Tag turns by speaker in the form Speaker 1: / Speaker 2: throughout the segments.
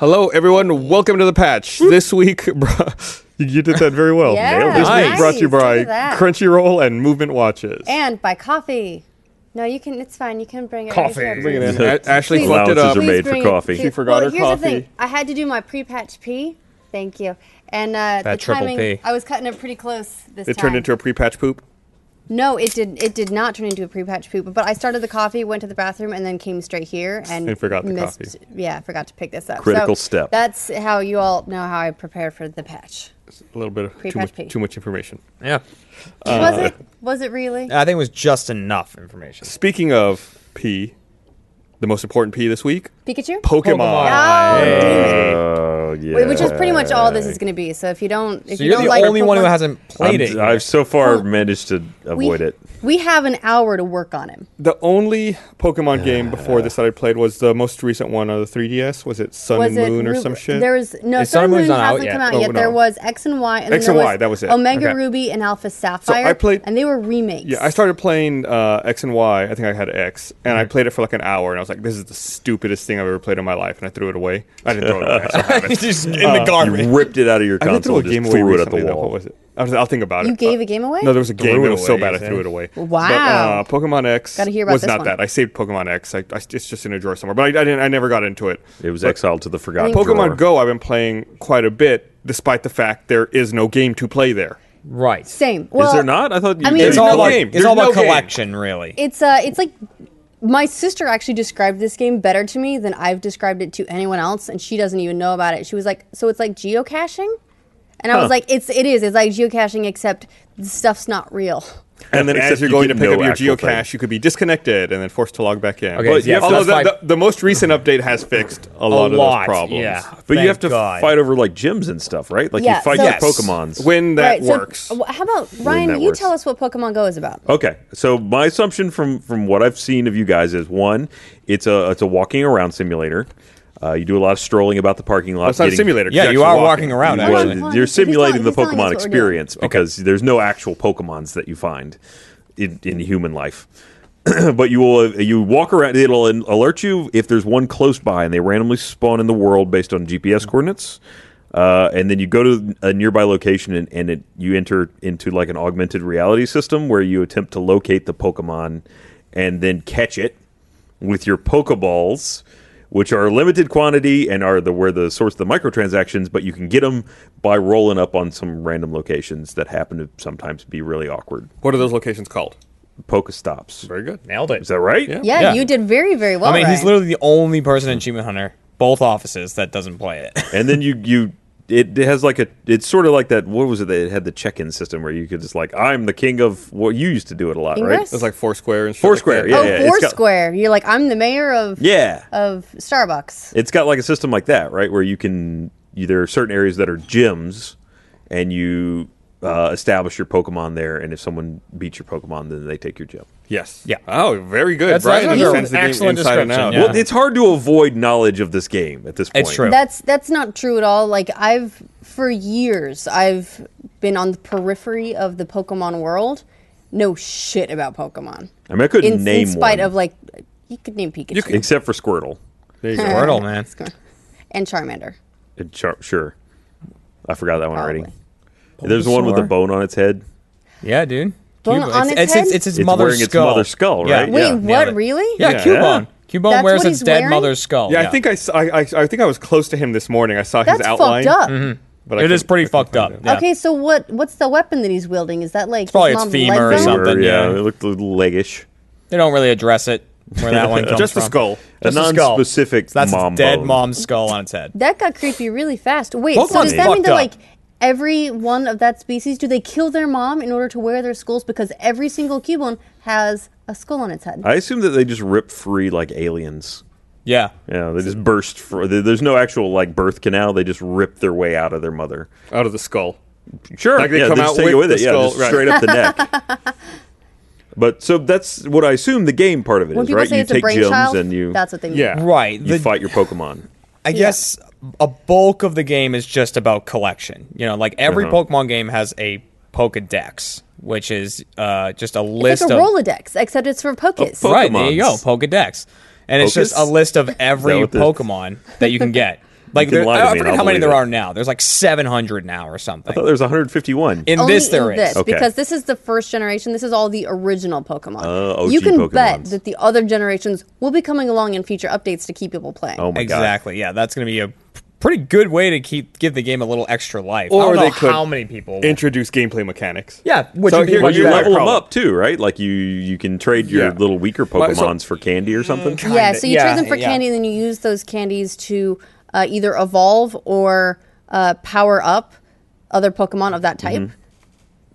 Speaker 1: Hello, everyone. Welcome to the patch. This week, bro- you did that very
Speaker 2: Oh,
Speaker 1: well.
Speaker 3: Yeah, Nailed it.
Speaker 1: This week
Speaker 3: nice.
Speaker 1: brought to you
Speaker 3: Look
Speaker 1: by
Speaker 3: at that.
Speaker 1: Crunchyroll and Movement Watches.
Speaker 3: And by coffee. No, you can. It's fine. You can bring it.
Speaker 4: Coffee.
Speaker 3: Right here.
Speaker 1: Bring it in. A- Ashley
Speaker 3: Please-
Speaker 1: fucked it up.
Speaker 2: Allowances are made for
Speaker 3: bring it.
Speaker 2: coffee.
Speaker 3: Please-
Speaker 1: She forgot
Speaker 3: well,
Speaker 1: her
Speaker 3: here's The thing.
Speaker 1: coffee.
Speaker 3: I had to do my pre-patch pee. Thank you. And uh, the
Speaker 4: That triple
Speaker 3: timing,
Speaker 4: P.
Speaker 3: I was cutting it pretty close this
Speaker 1: It
Speaker 3: time.
Speaker 1: turned into a pre-patch poop.
Speaker 3: No, it did. It did not turn into a pre-patch poop. But I started the coffee, went to the bathroom, and then came straight here and,
Speaker 1: And forgot the
Speaker 3: missed,
Speaker 1: coffee.
Speaker 3: Yeah, forgot to pick this up.
Speaker 2: Critical
Speaker 3: So
Speaker 2: step.
Speaker 3: That's how you all know how I prepare for the patch.
Speaker 1: A little bit of too
Speaker 3: Pre-patch
Speaker 1: much,
Speaker 3: pee.
Speaker 1: too much information.
Speaker 4: Yeah.
Speaker 3: was it? Was it really?
Speaker 4: I think it was just enough information.
Speaker 1: Speaking of pee, the most important pee this week,
Speaker 3: Pikachu.
Speaker 1: Pokemon.
Speaker 3: Oh,
Speaker 4: Hey.
Speaker 2: Oh yeah.
Speaker 3: Wait, Which is pretty much all this is going to be. So if you don't, if
Speaker 4: So
Speaker 3: you
Speaker 4: you're
Speaker 3: don't
Speaker 4: the
Speaker 3: like
Speaker 4: only one who
Speaker 3: Pokemon-
Speaker 4: hasn't played it.
Speaker 2: I'm, I've so far managed to avoid it.
Speaker 3: We have an hour to work on him.
Speaker 1: The only Pokemon game before this that I played was the most recent one on the 3DS. Was it Sun
Speaker 3: Was
Speaker 1: and
Speaker 3: it
Speaker 1: Moon or
Speaker 3: Ru-
Speaker 1: some shit?
Speaker 3: There was no
Speaker 4: Is
Speaker 3: Sun and
Speaker 4: Sun
Speaker 3: Moon
Speaker 4: and Moon's not out
Speaker 3: hasn't
Speaker 4: yet?
Speaker 3: come out
Speaker 1: Oh,
Speaker 3: yet.
Speaker 1: no.
Speaker 3: There was X and Y, and
Speaker 1: X
Speaker 3: then
Speaker 1: and
Speaker 3: there
Speaker 1: Y, that was it.
Speaker 3: Omega
Speaker 1: Okay.
Speaker 3: Ruby and Alpha Sapphire.
Speaker 1: played-
Speaker 3: and they were remakes.
Speaker 1: Yeah, I started playing uh, X and Y. I think I had X, and
Speaker 3: Mm-hmm.
Speaker 1: I played it for like an hour, and I was like, "This is the stupidest thing I've ever played in my life," and I threw it away. I didn't throw it away. I still have it.
Speaker 4: just in the garbage.
Speaker 2: You ripped it out of your
Speaker 1: I did
Speaker 2: console,
Speaker 1: throw a
Speaker 2: and just
Speaker 1: game away
Speaker 2: threw it at
Speaker 1: recently.
Speaker 2: the
Speaker 1: Though. What
Speaker 2: wall.
Speaker 1: was it? I was, I'll think about it.
Speaker 3: You gave
Speaker 1: Uh,
Speaker 3: a game away?
Speaker 1: No, there was a game.
Speaker 4: Threw
Speaker 1: It
Speaker 4: it
Speaker 1: was so
Speaker 4: away,
Speaker 1: bad, I
Speaker 4: you
Speaker 1: threw
Speaker 4: said.
Speaker 1: it away.
Speaker 3: Wow.
Speaker 1: But, uh, Pokemon X
Speaker 3: Gotta hear about
Speaker 1: was
Speaker 3: this
Speaker 1: not
Speaker 3: one.
Speaker 1: that. I saved Pokemon X. I, I, it's just in a drawer somewhere, but I, I didn't. I never got into it.
Speaker 2: It was
Speaker 1: But
Speaker 2: exiled to the forgotten
Speaker 1: Pokemon
Speaker 2: drawer.
Speaker 1: Go. I've been playing quite a bit, despite the fact there is no game to play there.
Speaker 4: Right.
Speaker 3: Same. Well,
Speaker 2: is there not? I thought you
Speaker 3: I mean-
Speaker 2: did.
Speaker 4: It's all
Speaker 1: no
Speaker 4: about,
Speaker 1: game.
Speaker 4: It's
Speaker 1: There's
Speaker 4: all about
Speaker 1: no game.
Speaker 4: collection, really.
Speaker 3: It's uh, it's like my sister actually described this game better to me than I've described it to anyone else, and she doesn't even know about it. She was like, "So it's like geocaching," and I was like, "It's it is. It's like geocaching, except the stuff's not real."
Speaker 1: And then
Speaker 2: Except
Speaker 1: as you're
Speaker 2: you
Speaker 1: going to
Speaker 2: get
Speaker 1: pick
Speaker 2: no
Speaker 1: up your
Speaker 2: actual thing.
Speaker 1: geocache, you could be disconnected and then forced to log back in.
Speaker 4: Okay, But you yes, have to-
Speaker 1: although the,
Speaker 4: that's
Speaker 1: the, the most recent update has fixed a, lot, of those
Speaker 4: lot,
Speaker 1: problems.
Speaker 4: yeah.
Speaker 2: But you
Speaker 4: Thank
Speaker 2: have to
Speaker 4: God.
Speaker 2: fight over like gyms and stuff, right? Like
Speaker 3: Yeah,
Speaker 2: you fight
Speaker 3: so-
Speaker 2: your
Speaker 3: Yes.
Speaker 2: Pokemons.
Speaker 1: When that
Speaker 3: right,
Speaker 1: works.
Speaker 3: So, wh- how about Ryan?
Speaker 2: that
Speaker 3: You
Speaker 2: works.
Speaker 3: tell us what Pokemon Go is about.
Speaker 2: Okay, so my assumption from from what I've seen of you guys is one, it's a it's a walking around simulator. Uh, you do a lot of strolling about the parking lot.
Speaker 1: it's not a
Speaker 2: getting-
Speaker 1: simulator.
Speaker 4: Yeah,
Speaker 1: You're
Speaker 4: you
Speaker 1: actually
Speaker 4: are
Speaker 1: walking.
Speaker 4: walking around,
Speaker 2: Well,
Speaker 4: actually.
Speaker 3: Hold on,
Speaker 2: you're
Speaker 3: he's telling-
Speaker 2: simulating the
Speaker 3: he's telling us what
Speaker 2: Pokemon
Speaker 3: we're doing.
Speaker 2: experience because there's no actual Pokemons that you find in, in human life. but you will you walk around. It'll an- alert you if there's one close by, and they randomly spawn in the world based on GPS
Speaker 4: Mm-hmm.
Speaker 2: coordinates. Uh, and then you go to a nearby location, and, and it, you enter into like an augmented reality system where you attempt to locate the Pokemon and then catch it with your Pokeballs, which are limited quantity and are the where the source of the microtransactions, but you can get them by rolling up on some random locations that happen to sometimes be really awkward.
Speaker 1: what are those locations called?
Speaker 2: Pokestops.
Speaker 1: Very good.
Speaker 4: Nailed it.
Speaker 2: Is that right?
Speaker 3: Yeah,
Speaker 4: Yeah.
Speaker 3: you did very very well.
Speaker 4: I mean, he's
Speaker 3: Ryan.
Speaker 4: literally the only person in Achievement Hunter, both offices, that doesn't play it.
Speaker 2: And then you you it, it has like a it's sort of like that what was it that it had the check-in system where you could just like I'm the king of what you used to do it a lot,
Speaker 3: Ingress?
Speaker 1: It's like Foursquare and shit
Speaker 2: Foursquare,
Speaker 1: Like
Speaker 2: yeah,
Speaker 3: Oh,
Speaker 1: that.
Speaker 2: yeah. it's got-
Speaker 3: Foursquare. You're like, I'm the mayor of
Speaker 2: right? Yeah.
Speaker 3: of Starbucks.
Speaker 2: it's got like a system like that, right? Where you can you, there are certain areas that are gyms, and you uh, establish your Pokemon there, and if someone beats your Pokemon, then they take your gem.
Speaker 1: Yes.
Speaker 4: Yeah.
Speaker 1: Oh, very good.
Speaker 4: That's-
Speaker 1: Brian
Speaker 4: that's
Speaker 3: an
Speaker 1: understands the game
Speaker 4: excellent
Speaker 1: inside and out.
Speaker 4: description, yeah.
Speaker 2: Well, it's hard to avoid knowledge of this game at this point.
Speaker 4: It's true.
Speaker 3: That's that's not true at all. Like I've for years I've been on the periphery of the Pokemon world. Know shit about Pokemon.
Speaker 2: I mean, I couldn't
Speaker 3: In,
Speaker 2: name
Speaker 3: in spite
Speaker 2: one.
Speaker 3: of like you could name Pikachu.
Speaker 2: except for Squirtle.
Speaker 1: There you go.
Speaker 4: Wordle, man.
Speaker 3: and Charmander.
Speaker 2: And Char- sure, I forgot that one already.
Speaker 3: Probably.
Speaker 2: There's the one with the
Speaker 4: Bulbasaur.
Speaker 2: bone on its head.
Speaker 4: Yeah, dude.
Speaker 3: Bone
Speaker 4: Cubone.
Speaker 3: on
Speaker 4: it's,
Speaker 3: its
Speaker 4: it's,
Speaker 3: head?
Speaker 4: It's, it's his
Speaker 2: It's
Speaker 4: mother's
Speaker 2: wearing its
Speaker 4: skull.
Speaker 2: mother's skull,
Speaker 4: Yeah.
Speaker 2: right?
Speaker 3: Wait,
Speaker 2: Yeah,
Speaker 4: nailed
Speaker 3: what?
Speaker 4: it.
Speaker 3: Really?
Speaker 4: Yeah,
Speaker 1: Yeah.
Speaker 4: Cubone. Cubone
Speaker 3: That's
Speaker 4: wears
Speaker 3: what
Speaker 4: its
Speaker 3: he's
Speaker 4: dead
Speaker 3: wearing?
Speaker 4: mother's skull.
Speaker 1: Yeah, I think I, s- I- I- I think I was close to him this morning. I saw
Speaker 3: That's
Speaker 1: his outline.
Speaker 3: fucked up.
Speaker 1: But I
Speaker 4: it is
Speaker 1: couldn't-
Speaker 4: pretty
Speaker 1: I couldn't
Speaker 4: fucked up.
Speaker 1: find it.
Speaker 4: Yeah.
Speaker 3: Okay, so what what's the weapon that he's wielding? Is that like his
Speaker 4: probably its
Speaker 3: mom's
Speaker 4: femur or
Speaker 3: leg bone?
Speaker 4: something.
Speaker 2: Or, yeah,
Speaker 4: yeah.
Speaker 2: it looked a little leggish.
Speaker 4: They don't really address it where that one comes
Speaker 1: Just the
Speaker 4: from.
Speaker 1: skull.
Speaker 2: A
Speaker 4: Just the skull.
Speaker 2: non-specific
Speaker 4: So that's
Speaker 2: mom
Speaker 4: its dead
Speaker 2: bone.
Speaker 4: mom's skull on its head.
Speaker 3: That got creepy really fast. Wait, so
Speaker 4: Pokemon's
Speaker 3: does that mean
Speaker 4: fucked
Speaker 3: that
Speaker 4: up.
Speaker 3: like every one of that species do they kill their mom in order to wear their skulls because every single Cubone has a skull on its head?
Speaker 2: I assume that they just rip free like aliens.
Speaker 4: Yeah.
Speaker 2: Yeah, they just burst. For, there- there's no actual like birth canal. They just rip their way out of their mother.
Speaker 1: Out of the skull.
Speaker 2: Sure,
Speaker 1: Like they
Speaker 2: yeah,
Speaker 1: come
Speaker 2: they
Speaker 1: out
Speaker 2: just take it
Speaker 1: with
Speaker 2: with
Speaker 1: the
Speaker 2: it. Yeah,
Speaker 1: skull,
Speaker 2: just
Speaker 1: right.
Speaker 2: straight up the neck. But so that's what I assume the game part of it is,
Speaker 3: when people
Speaker 2: right?
Speaker 3: say
Speaker 2: you
Speaker 3: it's
Speaker 2: take
Speaker 3: a brain
Speaker 2: gyms
Speaker 3: child,
Speaker 2: and you
Speaker 3: that's what they mean.
Speaker 1: Yeah.
Speaker 4: Right.
Speaker 2: you
Speaker 4: The-
Speaker 2: fight your Pokemon.
Speaker 4: I guess a bulk of the game is just about collection. You know, like every
Speaker 2: Uh-huh.
Speaker 4: Pokemon game has a Pokedex, which is uh, just a
Speaker 3: It's
Speaker 4: list Oh,
Speaker 3: like a
Speaker 4: of
Speaker 3: Rolodex, except it's for Pokis.
Speaker 2: po-
Speaker 4: right. There you go,
Speaker 2: Pokemons.
Speaker 4: Pokedex, and it's just
Speaker 2: Pocus?
Speaker 4: a list of
Speaker 2: Is that
Speaker 4: every
Speaker 2: what the-
Speaker 4: Pokemon that you can get. Like
Speaker 2: can
Speaker 4: there,
Speaker 2: lie to
Speaker 4: I,
Speaker 2: me
Speaker 4: I
Speaker 2: and
Speaker 4: forget
Speaker 2: I'll
Speaker 4: how many
Speaker 2: believe
Speaker 4: there
Speaker 2: it.
Speaker 4: are now. There's like 700 now or something.
Speaker 2: thought there was 151.
Speaker 4: In
Speaker 3: Only
Speaker 4: oh, this, there
Speaker 3: in
Speaker 4: is.
Speaker 3: this
Speaker 2: Okay.
Speaker 3: because this is the first generation. This is all the original Pokemon.
Speaker 2: Oh, OG
Speaker 3: you can bet
Speaker 2: Pokemons.
Speaker 3: that the other generations will be coming along in future updates to keep people playing.
Speaker 2: oh my god.
Speaker 4: exactly. Yeah, that's going to be a p- pretty good way to keep give the game a little extra life. I
Speaker 1: Or
Speaker 4: don't know
Speaker 1: they could
Speaker 4: how many people.
Speaker 1: Introduce gameplay mechanics.
Speaker 4: yeah, which
Speaker 1: So
Speaker 4: would be
Speaker 1: here-
Speaker 2: Well,
Speaker 4: much
Speaker 2: you
Speaker 1: Yeah,
Speaker 4: better.
Speaker 2: level them
Speaker 1: problem.
Speaker 2: up too, right? Like you, you can trade your
Speaker 1: Yeah.
Speaker 2: little weaker
Speaker 1: My- so-
Speaker 2: Pokemons for candy or something.
Speaker 3: Mm, yeah,
Speaker 4: kinda-
Speaker 3: so you
Speaker 4: yeah,
Speaker 3: trade them for
Speaker 4: yeah.
Speaker 3: candy, and then you use those candies to uh, either evolve or uh, power up other Pokemon of that type.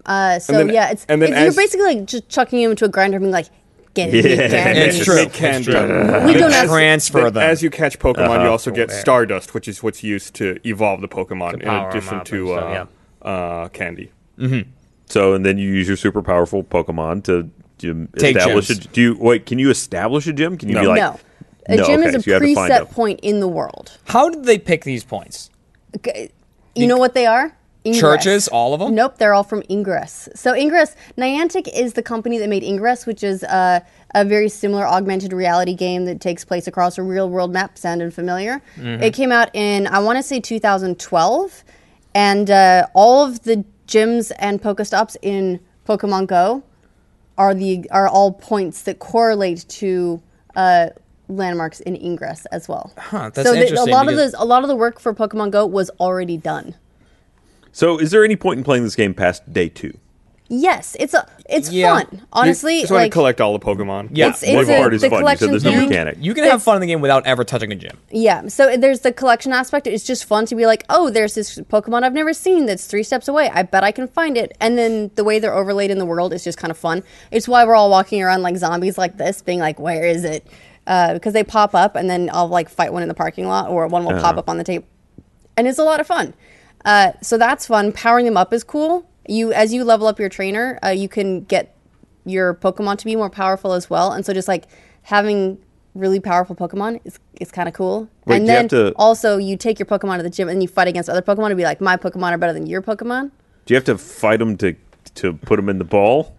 Speaker 3: Uh, so
Speaker 1: And then-
Speaker 3: yeah, it's,
Speaker 1: and then
Speaker 3: it's-
Speaker 1: as-
Speaker 3: you're basically like just chucking him into a grinder, and being like, "Get it,
Speaker 2: Yeah.
Speaker 3: get candy."
Speaker 4: It's true.
Speaker 1: Make candy.
Speaker 4: It's true.
Speaker 3: We
Speaker 1: Then
Speaker 3: don't
Speaker 1: as-
Speaker 4: transfer
Speaker 1: then
Speaker 4: them. Uh-huh.
Speaker 1: As you catch Pokemon, you also get
Speaker 4: Cool.
Speaker 1: Stardust, which is what's used to evolve the Pokemon in
Speaker 4: power 'em
Speaker 1: addition
Speaker 4: up and
Speaker 1: to uh,
Speaker 4: stuff,
Speaker 1: uh, candy.
Speaker 2: So, and then you use your super powerful Pokemon to, to
Speaker 4: Take
Speaker 2: establish
Speaker 4: gyms.
Speaker 2: a. Do you wait? Can you establish a gym? Can you
Speaker 1: No.
Speaker 2: be like?
Speaker 3: no, a gym
Speaker 2: okay,
Speaker 3: is a
Speaker 2: so you have to find
Speaker 3: preset
Speaker 2: out.
Speaker 3: point in the world.
Speaker 4: How did they pick these points?
Speaker 3: G- You know what they are? Ingress.
Speaker 4: Churches, all of them?
Speaker 3: Nope, they're all from Ingress. So Ingress, Niantic is the company that made Ingress, which is uh, a very similar augmented reality game that takes place across a real world map. Sounding familiar?
Speaker 4: Mm-hmm.
Speaker 3: It came out in I want to say 2012, and uh, all of the gyms and Pokestops in Pokemon Go are the are all points that correlate to uh, landmarks in Ingress as well. Huh,
Speaker 4: that's
Speaker 3: so a
Speaker 4: interesting
Speaker 3: lot of
Speaker 4: because-
Speaker 3: those, a lot of the work for Pokemon Go was already done.
Speaker 2: So, is there any point in playing this game past day two?
Speaker 3: Yes, it's a it's
Speaker 4: Yeah.
Speaker 3: fun. Honestly,
Speaker 1: you just want
Speaker 3: like
Speaker 1: to collect all the Pokemon.
Speaker 4: Yeah.
Speaker 3: it's it's
Speaker 2: One
Speaker 3: a,
Speaker 2: part is
Speaker 3: the
Speaker 2: fun. You said
Speaker 3: collection
Speaker 2: there's no
Speaker 3: thing.
Speaker 2: mechanic.
Speaker 4: You can have fun in the game without ever touching a gym.
Speaker 3: Yeah, so there's the collection aspect. It's just fun to be like, oh, there's this Pokemon I've never seen that's three steps away. I bet I can find it. And then the way they're overlaid in the world is just kind of fun. It's why we're all walking around like zombies like this, being like, where is it? Uh, because they pop up, and then I'll like fight one in the parking lot, or one will pop up on the tape, and it's a lot of fun. Uh, so that's fun. Powering them up is cool. You as you level up your trainer, uh, you can get your Pokemon to be more powerful as well. And so just like having really powerful Pokemon is is kind of cool.
Speaker 2: Wait,
Speaker 3: and
Speaker 2: do you
Speaker 3: then
Speaker 2: have to-
Speaker 3: also you take your Pokemon to the gym and you fight against other Pokemon and be like, my Pokemon are better than your Pokemon.
Speaker 2: Do you have to fight them to to put them in the ball?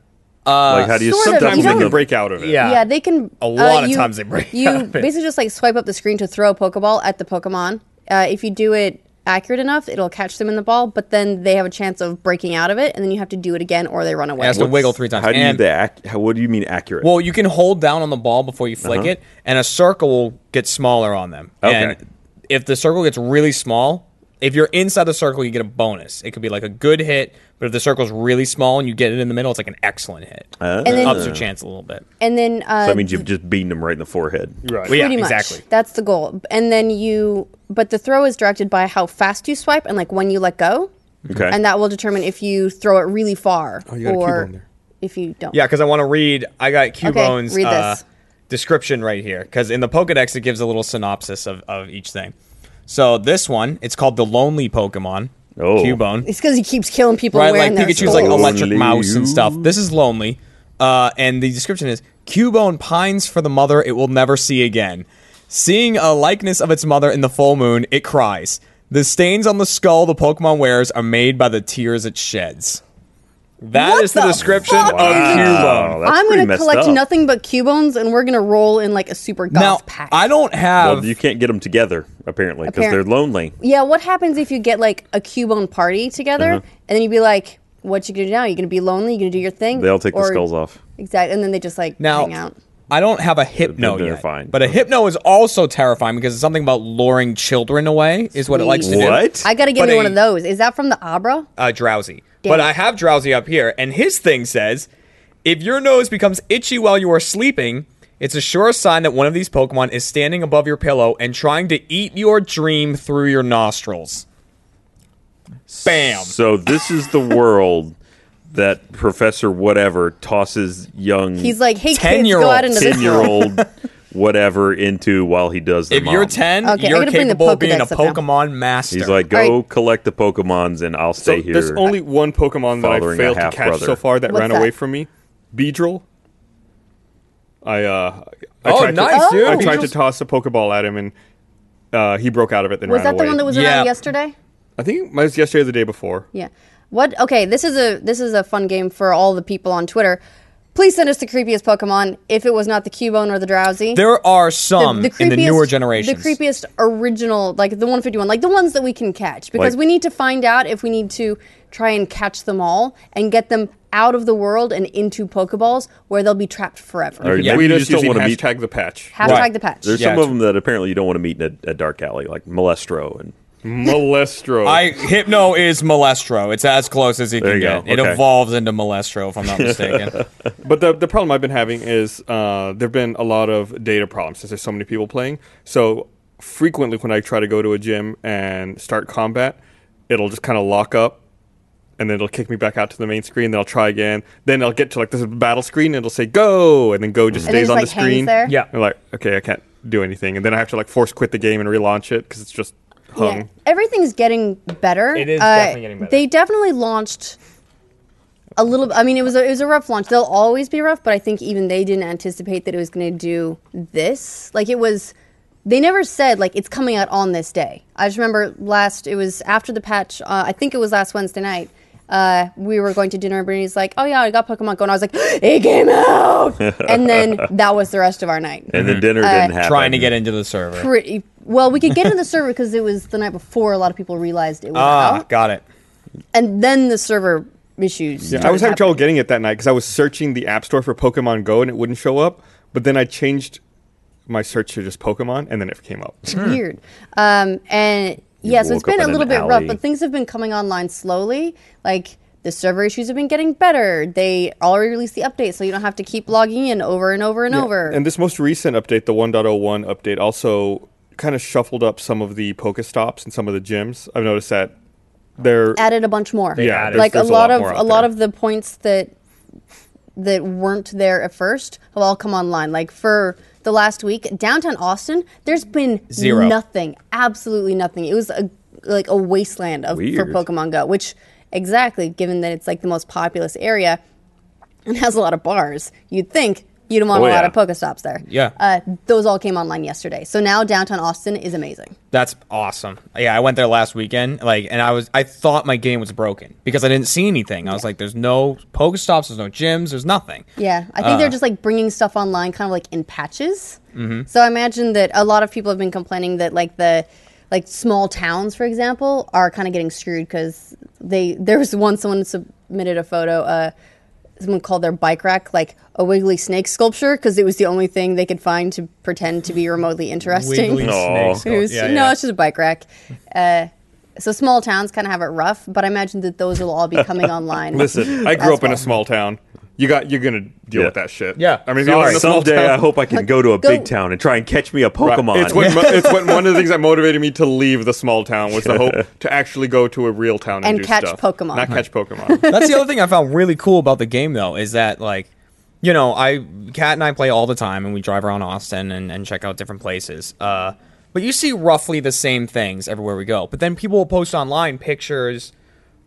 Speaker 2: Uh, like how do you
Speaker 3: sort of.
Speaker 2: sometimes
Speaker 3: You
Speaker 1: Sometimes they
Speaker 2: in
Speaker 3: don't-
Speaker 1: can
Speaker 2: the,
Speaker 1: break out of it.
Speaker 4: Yeah.
Speaker 3: Yeah, they can. A
Speaker 4: lot of times they break
Speaker 3: You
Speaker 4: out of it.
Speaker 3: basically just like swipe up the screen to throw a Pokeball at the Pokemon. Uh, if you do it accurate enough, it'll catch them in the ball, but then they have a chance of breaking out of it, and then you have to do it again, or they run away.
Speaker 4: It has to wiggle three times.
Speaker 2: how do you
Speaker 4: And-
Speaker 2: the ac- how, what do you mean accurate?
Speaker 4: Well, you can hold down on the ball before you flick it, and a circle will get smaller on them.
Speaker 2: Uh-huh. Okay.
Speaker 4: And if the circle gets really small, if you're inside the circle, you get a bonus. It could be like a good hit, but if the circle's really small and you get it in the middle, it's like an excellent hit.
Speaker 2: And
Speaker 3: then-
Speaker 4: ups your chance a little bit.
Speaker 3: And then uh,
Speaker 2: so that means you've just beaten them right in the forehead.
Speaker 1: Right.
Speaker 4: Well, yeah,
Speaker 3: pretty much
Speaker 4: exactly.
Speaker 3: that's the goal. And then you, but the throw is directed by how fast you swipe and like when you let go,
Speaker 2: Okay.
Speaker 3: and that will determine if you throw it really far
Speaker 1: Oh, you got a
Speaker 3: or
Speaker 1: Cubone there.
Speaker 3: if you don't.
Speaker 4: Yeah, because I want to read. I got Cubone's
Speaker 3: read
Speaker 4: uh,
Speaker 3: this.
Speaker 4: description right here. Because in the Pokedex, it gives a little synopsis of, of each thing. So this one, it's called the Lonely Pokemon.
Speaker 2: Oh.
Speaker 4: Cubone.
Speaker 3: It's because he keeps killing people. and
Speaker 4: Right, like
Speaker 3: wearing their
Speaker 4: Pikachu's like oh
Speaker 3: souls.
Speaker 4: electric
Speaker 2: Lonely
Speaker 4: mouse and stuff.
Speaker 2: you.
Speaker 4: This is lonely. Uh, and the description is Cubone pines for the mother it will never see again. Seeing a likeness of its mother in the full moon, it cries. The stains on the skull the Pokemon wears are made by the tears it sheds. That is
Speaker 3: What
Speaker 4: the,
Speaker 3: the
Speaker 4: description
Speaker 3: fuck
Speaker 4: of
Speaker 3: is this?
Speaker 4: Cubone.
Speaker 2: Wow, that's
Speaker 3: I'm
Speaker 2: pretty
Speaker 3: gonna
Speaker 2: messed
Speaker 3: collect
Speaker 2: up.
Speaker 3: nothing but Cubones, and we're gonna roll in like a super goth
Speaker 4: Now,
Speaker 3: pack.
Speaker 4: I don't have.
Speaker 2: Well, you can't get them together apparently because
Speaker 3: Apparent-
Speaker 2: they're lonely.
Speaker 3: yeah, what happens if you get like a Cubone party together,
Speaker 2: Uh-huh.
Speaker 3: and then you'd be like, "What you gonna do now? You gonna be lonely? You gonna do your thing?"
Speaker 2: They'll take the
Speaker 3: Or-
Speaker 2: skulls off.
Speaker 3: Exactly, and then they just like
Speaker 4: now,
Speaker 3: hang out.
Speaker 4: I don't have a hypno
Speaker 2: they're
Speaker 4: yet,
Speaker 2: fine.
Speaker 4: but a hypno is also terrifying because it's something about luring children away. Is what it likes to do.
Speaker 2: What?
Speaker 3: I gotta get
Speaker 4: But
Speaker 3: me
Speaker 4: a-
Speaker 3: one of those. Is that from the Abra?
Speaker 4: uh, drowsy.
Speaker 3: Damn
Speaker 4: but
Speaker 3: it.
Speaker 4: I have drowsy up here, and his thing says, if your nose becomes itchy while you are sleeping, it's a sure sign that one of these Pokemon is standing above your pillow and trying to eat your dream through your nostrils. Bam.
Speaker 2: So this is the world that Professor whatever tosses young
Speaker 3: He's like, hey kids, go
Speaker 4: 10-year-old,
Speaker 3: out into
Speaker 2: ten
Speaker 3: this
Speaker 2: year
Speaker 3: world.
Speaker 2: old whatever into while he does the
Speaker 4: If you're
Speaker 2: mom.
Speaker 4: 10,
Speaker 3: Okay, I
Speaker 4: you're
Speaker 3: gotta bring the
Speaker 4: capable of being a
Speaker 3: Pokedex up now.
Speaker 4: Pokemon master.
Speaker 2: He's like,
Speaker 3: All
Speaker 2: go
Speaker 3: right.
Speaker 2: collect the Pokemons and I'll
Speaker 1: So
Speaker 2: stay here.
Speaker 1: there's only one Pokemon that I
Speaker 2: Fathering a
Speaker 1: failed to catch
Speaker 2: half-brother.
Speaker 1: so far that
Speaker 3: What's
Speaker 1: ran away
Speaker 3: that?
Speaker 1: from me. Beedrill. I uh. I
Speaker 4: Oh,
Speaker 1: tried to-
Speaker 4: nice, dude.
Speaker 1: I tried to
Speaker 4: Beedrill's-
Speaker 1: toss a Pokeball at him and uh, he broke out of it. Then
Speaker 3: Was
Speaker 1: ran
Speaker 3: that the
Speaker 1: away.
Speaker 3: one that was
Speaker 4: Yeah.
Speaker 3: around yesterday?
Speaker 1: I think it was yesterday or the day before.
Speaker 3: Yeah. What? Okay, this is a this is a fun game for all the people on Twitter. Please send us the creepiest Pokemon if it was not the Cubone or the Drowsy.
Speaker 4: There are some in the newer generations.
Speaker 3: The creepiest original, like the 151, like the ones that we can catch because
Speaker 2: Like-
Speaker 3: we need to find out if we need to try and catch them all and get them out of the world and into Pokeballs where they'll be trapped forever.
Speaker 2: Or
Speaker 4: Yeah,
Speaker 2: maybe
Speaker 1: Tweet
Speaker 2: you
Speaker 1: us
Speaker 2: just don't
Speaker 1: using
Speaker 2: want to meet.
Speaker 1: hashtag the patch.
Speaker 3: Hashtag
Speaker 4: Right.
Speaker 3: the patch.
Speaker 2: There's
Speaker 4: Yeah,
Speaker 2: some of
Speaker 4: true.
Speaker 2: them that apparently you don't want to meet in a, a dark alley, like Molestro and
Speaker 1: Molestro.
Speaker 4: I Hypno is Molestro. It's as close as you
Speaker 2: There
Speaker 4: can
Speaker 2: you go.
Speaker 4: get. It
Speaker 2: Okay.
Speaker 4: evolves into Molestro, if I'm not mistaken.
Speaker 1: But the, the problem I've been having is uh, there have been a lot of data problems since there's so many people playing. So frequently, when I try to go to a gym and start combat, it'll just kind of lock up and then it'll kick me back out to the main screen. Then I'll try again. Then I'll get to like this battle screen and it'll say go. And then go just
Speaker 3: And it
Speaker 1: stays
Speaker 3: just,
Speaker 1: on
Speaker 3: like,
Speaker 1: the screen.
Speaker 3: hangs there?
Speaker 4: Yeah.
Speaker 1: And like, okay, I can't do anything. And then I have to like force quit the game and relaunch it because it's just hung.
Speaker 3: Yeah. Everything's getting better. Uh,
Speaker 4: It is definitely getting better.
Speaker 3: They definitely launched a little. I mean, it was a, it was a rough launch. They'll always be rough, but I think even they didn't anticipate that it was going to do this. Like it was. They never said like it's coming out on this day. I just remember last. It was after the patch. Uh, I think it was last Wednesday night. Uh, we were going to dinner, and Brittany's like, "Oh yeah, I got Pokemon Go," and I was like, "It came out!" and then that was the rest of our night
Speaker 2: and then
Speaker 3: Uh,
Speaker 2: dinner didn't happen.
Speaker 4: Trying to get into the server.
Speaker 3: pretty well. We could get into the server because it was the night before. A lot of people realized it was
Speaker 4: Ah,
Speaker 3: out,
Speaker 4: got it.
Speaker 3: and then the server issues.
Speaker 1: Yeah, I was having trouble getting it that night because I was searching the App Store for Pokemon Go and it wouldn't show up. But then I changed my search to just Pokemon and then it came up.
Speaker 3: trouble. Weird. Um, and yeah, so it's
Speaker 2: woke up
Speaker 3: been a
Speaker 2: in
Speaker 3: little
Speaker 2: an
Speaker 3: bit rough,
Speaker 2: alley.
Speaker 3: but things have been coming online slowly. Like the server issues have been getting better. They already released the update, so you don't have to keep logging in over and over and over.
Speaker 1: And this most recent update, the 1.01 update, also kind of shuffled up some of the Pokestops and some of the gyms. I've noticed that they're
Speaker 3: added a bunch more.
Speaker 1: Yeah, added-
Speaker 3: like
Speaker 1: there's-
Speaker 3: a
Speaker 1: there's a
Speaker 3: lot
Speaker 1: lot
Speaker 3: of
Speaker 1: more out
Speaker 3: a lot
Speaker 1: there.
Speaker 3: of the points that that weren't there at first have all come online. Like for the last week, downtown Austin, there's been
Speaker 4: Zero.
Speaker 3: nothing, absolutely nothing. It was a like a wasteland of for
Speaker 2: Weird.
Speaker 3: Pokemon Go, which exactly given that it's like the most populous area and has a lot of bars, you'd think. You'd want
Speaker 2: Oh,
Speaker 3: a lot
Speaker 2: yeah.
Speaker 3: of Pokestops there.
Speaker 4: Yeah.
Speaker 3: Uh, those all came online yesterday. So now downtown Austin is amazing.
Speaker 4: That's awesome. Yeah, I went there last weekend. Like, and I was I thought my game was broken because I didn't see anything. I was like, "There's no Pokestops. There's no gyms. There's nothing."
Speaker 3: Yeah, I
Speaker 1: Uh.
Speaker 3: think they're just like bringing stuff online, kind of like in patches. Mm-hmm. So I imagine that a lot of people have been complaining that like the like small towns, for example, are kind of getting screwed because they there was one someone submitted a photo. Uh, someone called their bike rack like a wiggly snake sculpture because it was the only thing they could find to pretend to be remotely interesting.
Speaker 4: Wiggly
Speaker 2: Aw.
Speaker 4: snakes.
Speaker 3: It was-
Speaker 4: Yeah,
Speaker 3: no,
Speaker 4: yeah.
Speaker 3: it's just a bike rack. Uh, so small towns kind of have it rough, but I imagine that those will all be coming online.
Speaker 1: listen. I
Speaker 3: as
Speaker 1: grew up in
Speaker 3: well.
Speaker 1: a small town. You got you're gonna deal
Speaker 2: Yeah.
Speaker 1: with that shit.
Speaker 4: Yeah.
Speaker 1: I mean, if you live in a small
Speaker 2: Someday I
Speaker 1: town,
Speaker 2: hope I can go to a
Speaker 3: go-
Speaker 2: big town and try and catch me a Pokemon.
Speaker 1: It's what, mo- it's what one of the things that motivated me to leave the small town was the hope to actually go to a real town and,
Speaker 3: And
Speaker 1: do
Speaker 3: catch
Speaker 1: stuff.
Speaker 3: Pokemon.
Speaker 1: Not catch Pokemon.
Speaker 4: That's the other thing I found really cool about the game, though, is that like, you know, I Kat and I play all the time, and we drive around Austin and, and check out different places. Uh, but you see roughly the same things everywhere we go. But then people will post online pictures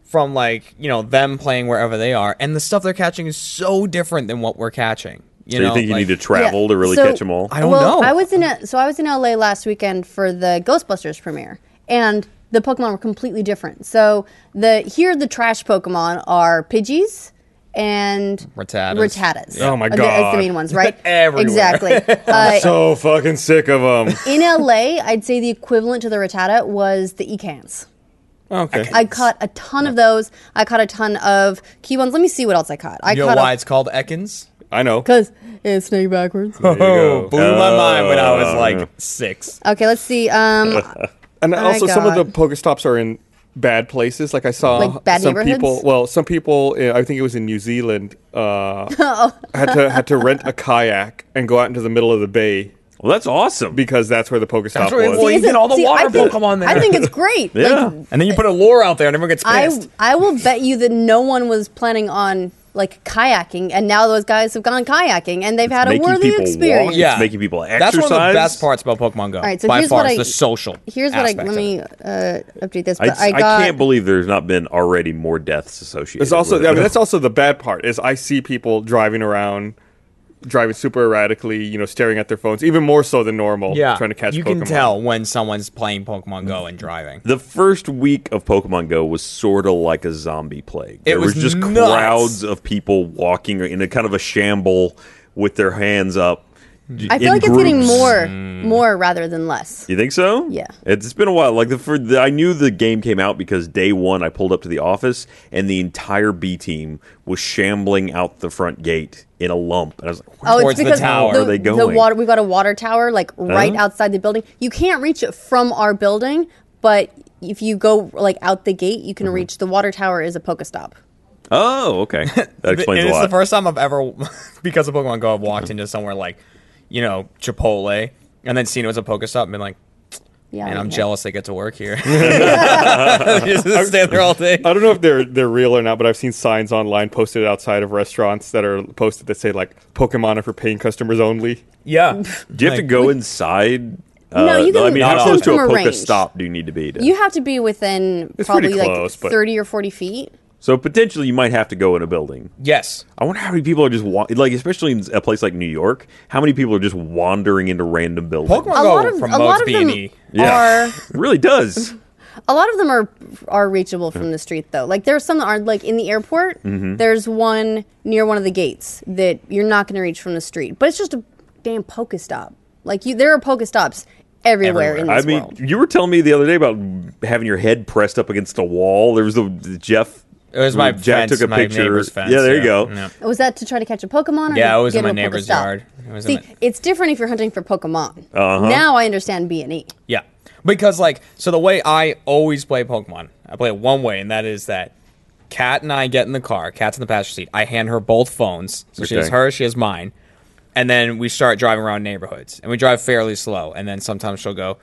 Speaker 4: from like you know them playing wherever they are, and the stuff they're catching is so different than what we're catching. You
Speaker 2: so you
Speaker 4: know,
Speaker 2: think you
Speaker 4: like-
Speaker 2: need to travel
Speaker 3: Yeah,
Speaker 2: to really
Speaker 3: so-
Speaker 2: catch them all?
Speaker 4: I don't
Speaker 3: well,
Speaker 4: know.
Speaker 3: I was in a, so I was in LA last weekend for the Ghostbusters premiere, and the Pokemon were completely different. So the here the trash Pokemon are Pidgeys and
Speaker 4: Rattatas.
Speaker 3: Rattatas.
Speaker 1: Oh my
Speaker 3: Uh, the- That's the
Speaker 1: God.
Speaker 3: main ones, right?
Speaker 4: Everywhere.
Speaker 3: Exactly. Uh,
Speaker 1: so fucking sick of them.
Speaker 3: in LA, I'd say the equivalent to the Rattata was the Ecans.
Speaker 1: Okay.
Speaker 3: I caught a ton of those. I caught a ton of Cubans. Let me see what else I caught. I
Speaker 4: You know
Speaker 3: caught
Speaker 4: why it's called Ekans?
Speaker 1: I know.
Speaker 3: because it's snake backwards.
Speaker 1: go.
Speaker 4: blew my mind when I was
Speaker 2: Oh.
Speaker 4: like six.
Speaker 3: okay, let's see. Um,
Speaker 2: Uh,
Speaker 1: And also, some of the
Speaker 3: God.
Speaker 1: Pokestops are in bad places. Like I saw
Speaker 3: Like bad
Speaker 1: some
Speaker 3: neighborhoods?
Speaker 1: people. Well, some people. uh, I think it was in New Zealand. Uh,
Speaker 3: Oh.
Speaker 1: had to had to rent a kayak and go out into the middle of the bay
Speaker 2: Well, that's awesome.
Speaker 1: because that's where the Pokestop
Speaker 4: That's where it
Speaker 1: was.
Speaker 4: was. Well, you
Speaker 3: Is
Speaker 4: get
Speaker 3: it-
Speaker 4: all the water
Speaker 3: I think,
Speaker 4: Pokemon there.
Speaker 3: I think it's great.
Speaker 2: Yeah.
Speaker 3: Like,
Speaker 4: And then you put a lure out there, and everyone gets
Speaker 3: I
Speaker 4: pissed.
Speaker 3: I will bet you that no one was planning on like kayaking, and now those guys have gone kayaking, and they've had a
Speaker 2: making
Speaker 3: worthy
Speaker 2: people walk.
Speaker 3: experience.
Speaker 2: Yeah. It's making people
Speaker 4: That's one of the
Speaker 2: exercise.
Speaker 4: best parts about Pokemon Go. All
Speaker 3: right, so
Speaker 4: by
Speaker 3: here's
Speaker 4: far,
Speaker 3: what
Speaker 4: it's
Speaker 3: I-
Speaker 4: the social.
Speaker 3: Here's what I let
Speaker 4: aspect of
Speaker 3: me
Speaker 4: it.
Speaker 3: uh, update this.
Speaker 2: I,
Speaker 3: But I,
Speaker 2: I
Speaker 3: got
Speaker 2: can't believe there's not been already more deaths associated.
Speaker 1: It's also.
Speaker 2: with it.
Speaker 1: I mean, that's also the bad part. Is I see people driving around driving super erratically, you know, staring at their phones, even more so than normal.
Speaker 4: Yeah,
Speaker 1: trying to catch.
Speaker 4: You
Speaker 1: Pokemon.
Speaker 4: can tell when someone's playing Pokemon Go and driving.
Speaker 2: The first week of Pokemon Go was sort of like a zombie plague. There
Speaker 4: was
Speaker 2: just
Speaker 4: nuts.
Speaker 2: crowds of people walking in a kind of a shamble with their hands up.
Speaker 3: I feel like it's getting more,
Speaker 4: Mm.
Speaker 3: more rather than less.
Speaker 2: You think so?
Speaker 3: Yeah.
Speaker 2: It's been a while. Like the, for the I knew the game came out because day one I pulled up to the office and the entire B team was shambling out the front gate in a lump, and I was like, "Where-
Speaker 4: Towards the tower.
Speaker 3: Oh, the,
Speaker 2: Are they
Speaker 3: the
Speaker 2: going?
Speaker 3: water. We've got a water tower like right
Speaker 2: Huh?
Speaker 3: outside the building. You can't reach it from our building, but if you go like out the gate, you
Speaker 2: Mm-hmm.
Speaker 3: can reach the water tower. Is a Pokestop.
Speaker 2: "Oh, okay, that explains
Speaker 4: and
Speaker 2: a
Speaker 4: it's
Speaker 2: lot." Mm-hmm.
Speaker 4: the first time I've ever, because of Pokemon Go, I've walked into somewhere like, you know, Chipotle, and then seen it was a Pokestop and been like,
Speaker 3: Yeah,
Speaker 4: man,
Speaker 3: I
Speaker 4: I'm
Speaker 3: know.
Speaker 4: jealous I get to work here. just stay there all day.
Speaker 1: I don't know if they're they're real or not, but I've seen signs online posted outside of restaurants that are posted that say like Pokemon are for paying customers only.
Speaker 4: Yeah.
Speaker 2: Do you have
Speaker 4: Like-
Speaker 2: to go inside? Uh,
Speaker 3: No, you
Speaker 2: I
Speaker 3: can-
Speaker 2: mean,
Speaker 3: you
Speaker 2: how
Speaker 3: can
Speaker 2: close to a
Speaker 3: come from a
Speaker 2: Poke
Speaker 3: range.
Speaker 2: stop do you need to be? To,
Speaker 3: You have to be within
Speaker 1: It's pretty
Speaker 3: probably
Speaker 1: close,
Speaker 3: like
Speaker 1: but-
Speaker 3: thirty or forty feet.
Speaker 2: so potentially, you might have to go in a building.
Speaker 4: Yes.
Speaker 2: I wonder how many people are just wa- like, especially in a place like New York, how many people are just wandering into random buildings.
Speaker 4: Pokemon
Speaker 3: A
Speaker 4: Go
Speaker 3: lot of
Speaker 4: Oh, from
Speaker 3: a lot of
Speaker 4: Mode's
Speaker 3: them
Speaker 4: B&E.
Speaker 2: Yeah.
Speaker 3: are
Speaker 2: It really does.
Speaker 3: a lot of them are are reachable from the street though. Like there are some that aren't. Like in the airport,
Speaker 4: Mm-hmm.
Speaker 3: there's one near one of the gates that you're not going to reach from the street. But it's just a damn Pokestop. Like you, there are Pokestops everywhere, in
Speaker 2: I
Speaker 3: this
Speaker 2: mean,
Speaker 3: world.
Speaker 2: you were telling me the other day about having your head pressed up against a wall. There was the, the Jeff.
Speaker 4: It was my
Speaker 2: Jeff
Speaker 4: fence,
Speaker 2: took a
Speaker 4: my
Speaker 2: picture.
Speaker 4: neighbor's fence.
Speaker 2: yeah, there you
Speaker 4: yeah.
Speaker 2: go.
Speaker 4: Yeah.
Speaker 3: Was that to try to catch a Pokemon? Or
Speaker 4: Yeah,
Speaker 3: to
Speaker 4: it was in
Speaker 3: get
Speaker 4: my
Speaker 3: a
Speaker 4: neighbor's
Speaker 3: Pokestop?
Speaker 4: yard. It was in
Speaker 3: See,
Speaker 4: my- Uh-huh.
Speaker 3: it's different if you're hunting for Pokemon. Now I understand B and E.
Speaker 4: Yeah. Because like so the way I always play Pokemon, I play it one way, and that is that Kat and I get in the car, Kat's in the passenger seat, I hand her both phones. So she has
Speaker 2: Okay.
Speaker 4: hers, she has mine. And then we start driving around neighborhoods. And we drive fairly slow. And then sometimes she'll go,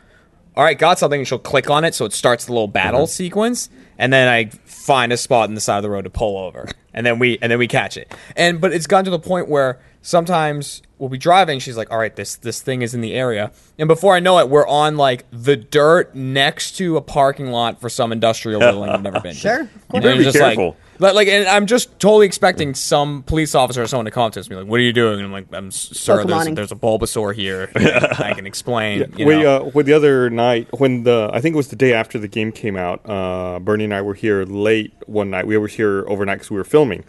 Speaker 4: All right, got something, and she'll click on it, so it starts the little battle sequence. And then I find a spot in the side of the road to pull over. And then we and then we catch it. And but it's gotten to the point where sometimes we'll be driving, she's like, All right, this this thing is in the area. And before I know it, we're on like the dirt next to a parking lot for some industrial building I've never been to.
Speaker 3: Sure, of
Speaker 2: You
Speaker 3: course.
Speaker 2: better
Speaker 4: And
Speaker 2: be
Speaker 4: it's just like-
Speaker 2: careful.
Speaker 4: Like, like, and I'm just totally expecting some police officer or someone to come up to us and be like, "What are you doing?" And I'm like, "I'm s- sir, there's,
Speaker 3: Pokemoning.
Speaker 4: there's a Bulbasaur here. I can explain." you
Speaker 1: we
Speaker 4: know.
Speaker 1: uh, with the other night when the I think it was the day after the game came out. Uh, Bernie and I were here late one night. We were here overnight because we were filming,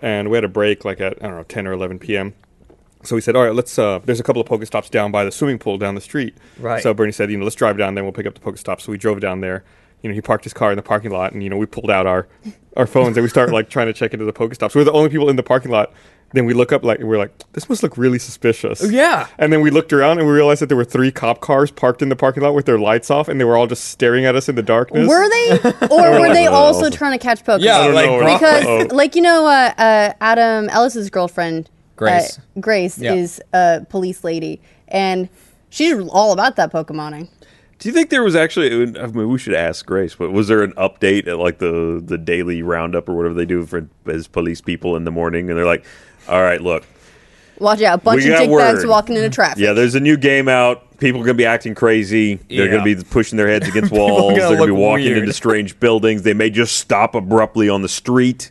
Speaker 1: and we had a break like at I don't know ten or eleven p.m. So we said, all right, let's. Uh, there's a couple of Pokestops down by the swimming pool down the street.
Speaker 4: Right.
Speaker 1: So Bernie said, you know, let's drive down there. We'll pick up the Pokestop. So we drove down there. You know, he parked his car in the parking lot, and you know, we pulled out our our phones and we started like trying to check into the Pokestops. We were the only people in the parking lot. Then we look up, like, and we're like, this must look really suspicious.
Speaker 4: yeah.
Speaker 1: And then we looked around and we realized that there were three cop cars parked in the parking lot with their lights off, and they were all just staring at us in the darkness.
Speaker 3: Were they, or were they
Speaker 2: Yeah.
Speaker 3: also trying to catch Pokemon?
Speaker 4: Yeah,
Speaker 1: don't
Speaker 4: like
Speaker 1: know.
Speaker 4: bro-
Speaker 3: because
Speaker 1: Uh-oh.
Speaker 3: like you know uh, uh, adam ellis's girlfriend
Speaker 4: Grace.
Speaker 3: uh, grace
Speaker 4: Yeah.
Speaker 3: is a police lady and she's all about that pokemoning
Speaker 2: Do you think there was actually? I mean, we should ask Grace. But was there an update at like the the daily roundup or whatever they do for as police people in the morning? And they're like, "All right, look,
Speaker 3: watch out bunch
Speaker 2: We
Speaker 3: of
Speaker 2: got
Speaker 3: dickbags
Speaker 2: word.
Speaker 3: walking into traffic
Speaker 2: yeah, there's a new game out. People are gonna be acting crazy. They're
Speaker 4: Yeah.
Speaker 2: gonna be pushing their heads against walls.
Speaker 4: gonna
Speaker 2: They're gonna be
Speaker 4: look
Speaker 2: walking
Speaker 4: weird.
Speaker 2: into strange buildings. They may just stop abruptly on the street.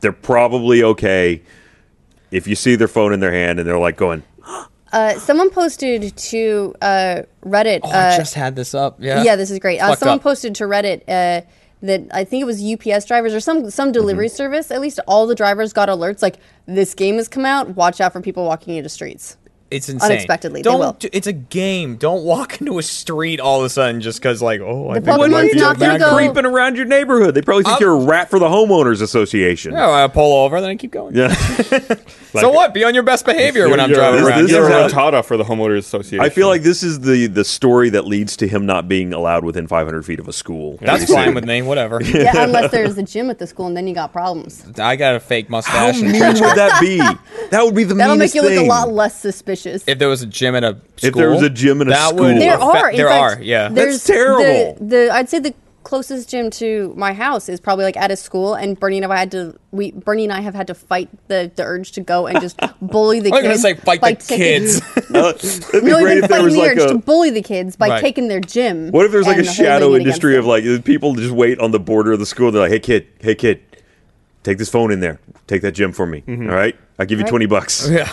Speaker 2: They're probably okay if you see their phone in their hand and they're like going."
Speaker 3: uh, someone posted to uh, reddit
Speaker 4: Oh, I
Speaker 3: uh,
Speaker 4: just had this up. Yeah,
Speaker 3: yeah this is great uh,
Speaker 4: Fucked
Speaker 3: someone
Speaker 4: up.
Speaker 3: posted to reddit uh, that I think it was UPS drivers or some
Speaker 4: Mm-hmm.
Speaker 3: some delivery service. At least all the drivers got alerts like this game has come out. Watch out for people walking into streets.
Speaker 4: It's insane.
Speaker 3: unexpectedly, they
Speaker 4: don't.
Speaker 3: will.
Speaker 4: do- It's a game. Don't walk into a street all of a sudden just because like, oh, I
Speaker 3: The
Speaker 4: think it
Speaker 3: Pokemon's
Speaker 4: might be a
Speaker 3: not gonna
Speaker 4: bad
Speaker 3: go-
Speaker 4: group.
Speaker 2: creeping around your neighborhood. They probably think
Speaker 4: I'm-
Speaker 2: you're a rat for the homeowners association.
Speaker 4: Yeah, I pull over, then I keep going.
Speaker 2: Yeah.
Speaker 4: so what? Be on your best behavior when I'm
Speaker 1: You're-
Speaker 4: driving
Speaker 1: you're-
Speaker 4: around.
Speaker 2: this
Speaker 1: You're
Speaker 2: is
Speaker 1: a
Speaker 2: how-
Speaker 1: Tada for the homeowners association.
Speaker 2: I feel like this is the the story that leads to him not being allowed within 500 feet of a school.
Speaker 4: That's fine with me. Whatever.
Speaker 3: Yeah, unless there's a gym at the school and then you got problems.
Speaker 4: I got a fake
Speaker 2: How
Speaker 4: mustache. and
Speaker 2: mean would that be? That would be the
Speaker 3: That'll
Speaker 2: meanest
Speaker 3: make you look
Speaker 2: thing.
Speaker 3: a lot less suspicious.
Speaker 4: if there was a gym at a school,
Speaker 2: If there was a gym in a
Speaker 4: that
Speaker 2: school.
Speaker 4: would
Speaker 3: there
Speaker 2: Well,
Speaker 3: are, in
Speaker 4: there
Speaker 3: fact,
Speaker 4: are, yeah.
Speaker 2: That's
Speaker 3: there's
Speaker 2: terrible.
Speaker 3: The, the I'd say the closest gym to my house is probably like at a school, and Bernie and I had to we Bernie and I have had to fight the, the urge to go and just bully the.
Speaker 4: I'm
Speaker 3: kids
Speaker 4: gonna say fight the kids.
Speaker 2: Uh, that'd be
Speaker 3: No,
Speaker 2: great
Speaker 3: even
Speaker 2: if there
Speaker 3: fight
Speaker 2: was
Speaker 3: me or
Speaker 2: like
Speaker 3: just to
Speaker 2: a.
Speaker 3: bully the kids by
Speaker 4: Right.
Speaker 3: taking their gym.
Speaker 2: What if there's like a
Speaker 3: and
Speaker 2: shadow
Speaker 3: holding it
Speaker 2: industry of
Speaker 3: against
Speaker 2: like people just wait on the border of the school? They're like, "Hey kid, hey kid, take this phone in there. Take that gym for me. All right, I'll give you
Speaker 3: Right.
Speaker 2: twenty bucks."
Speaker 4: yeah.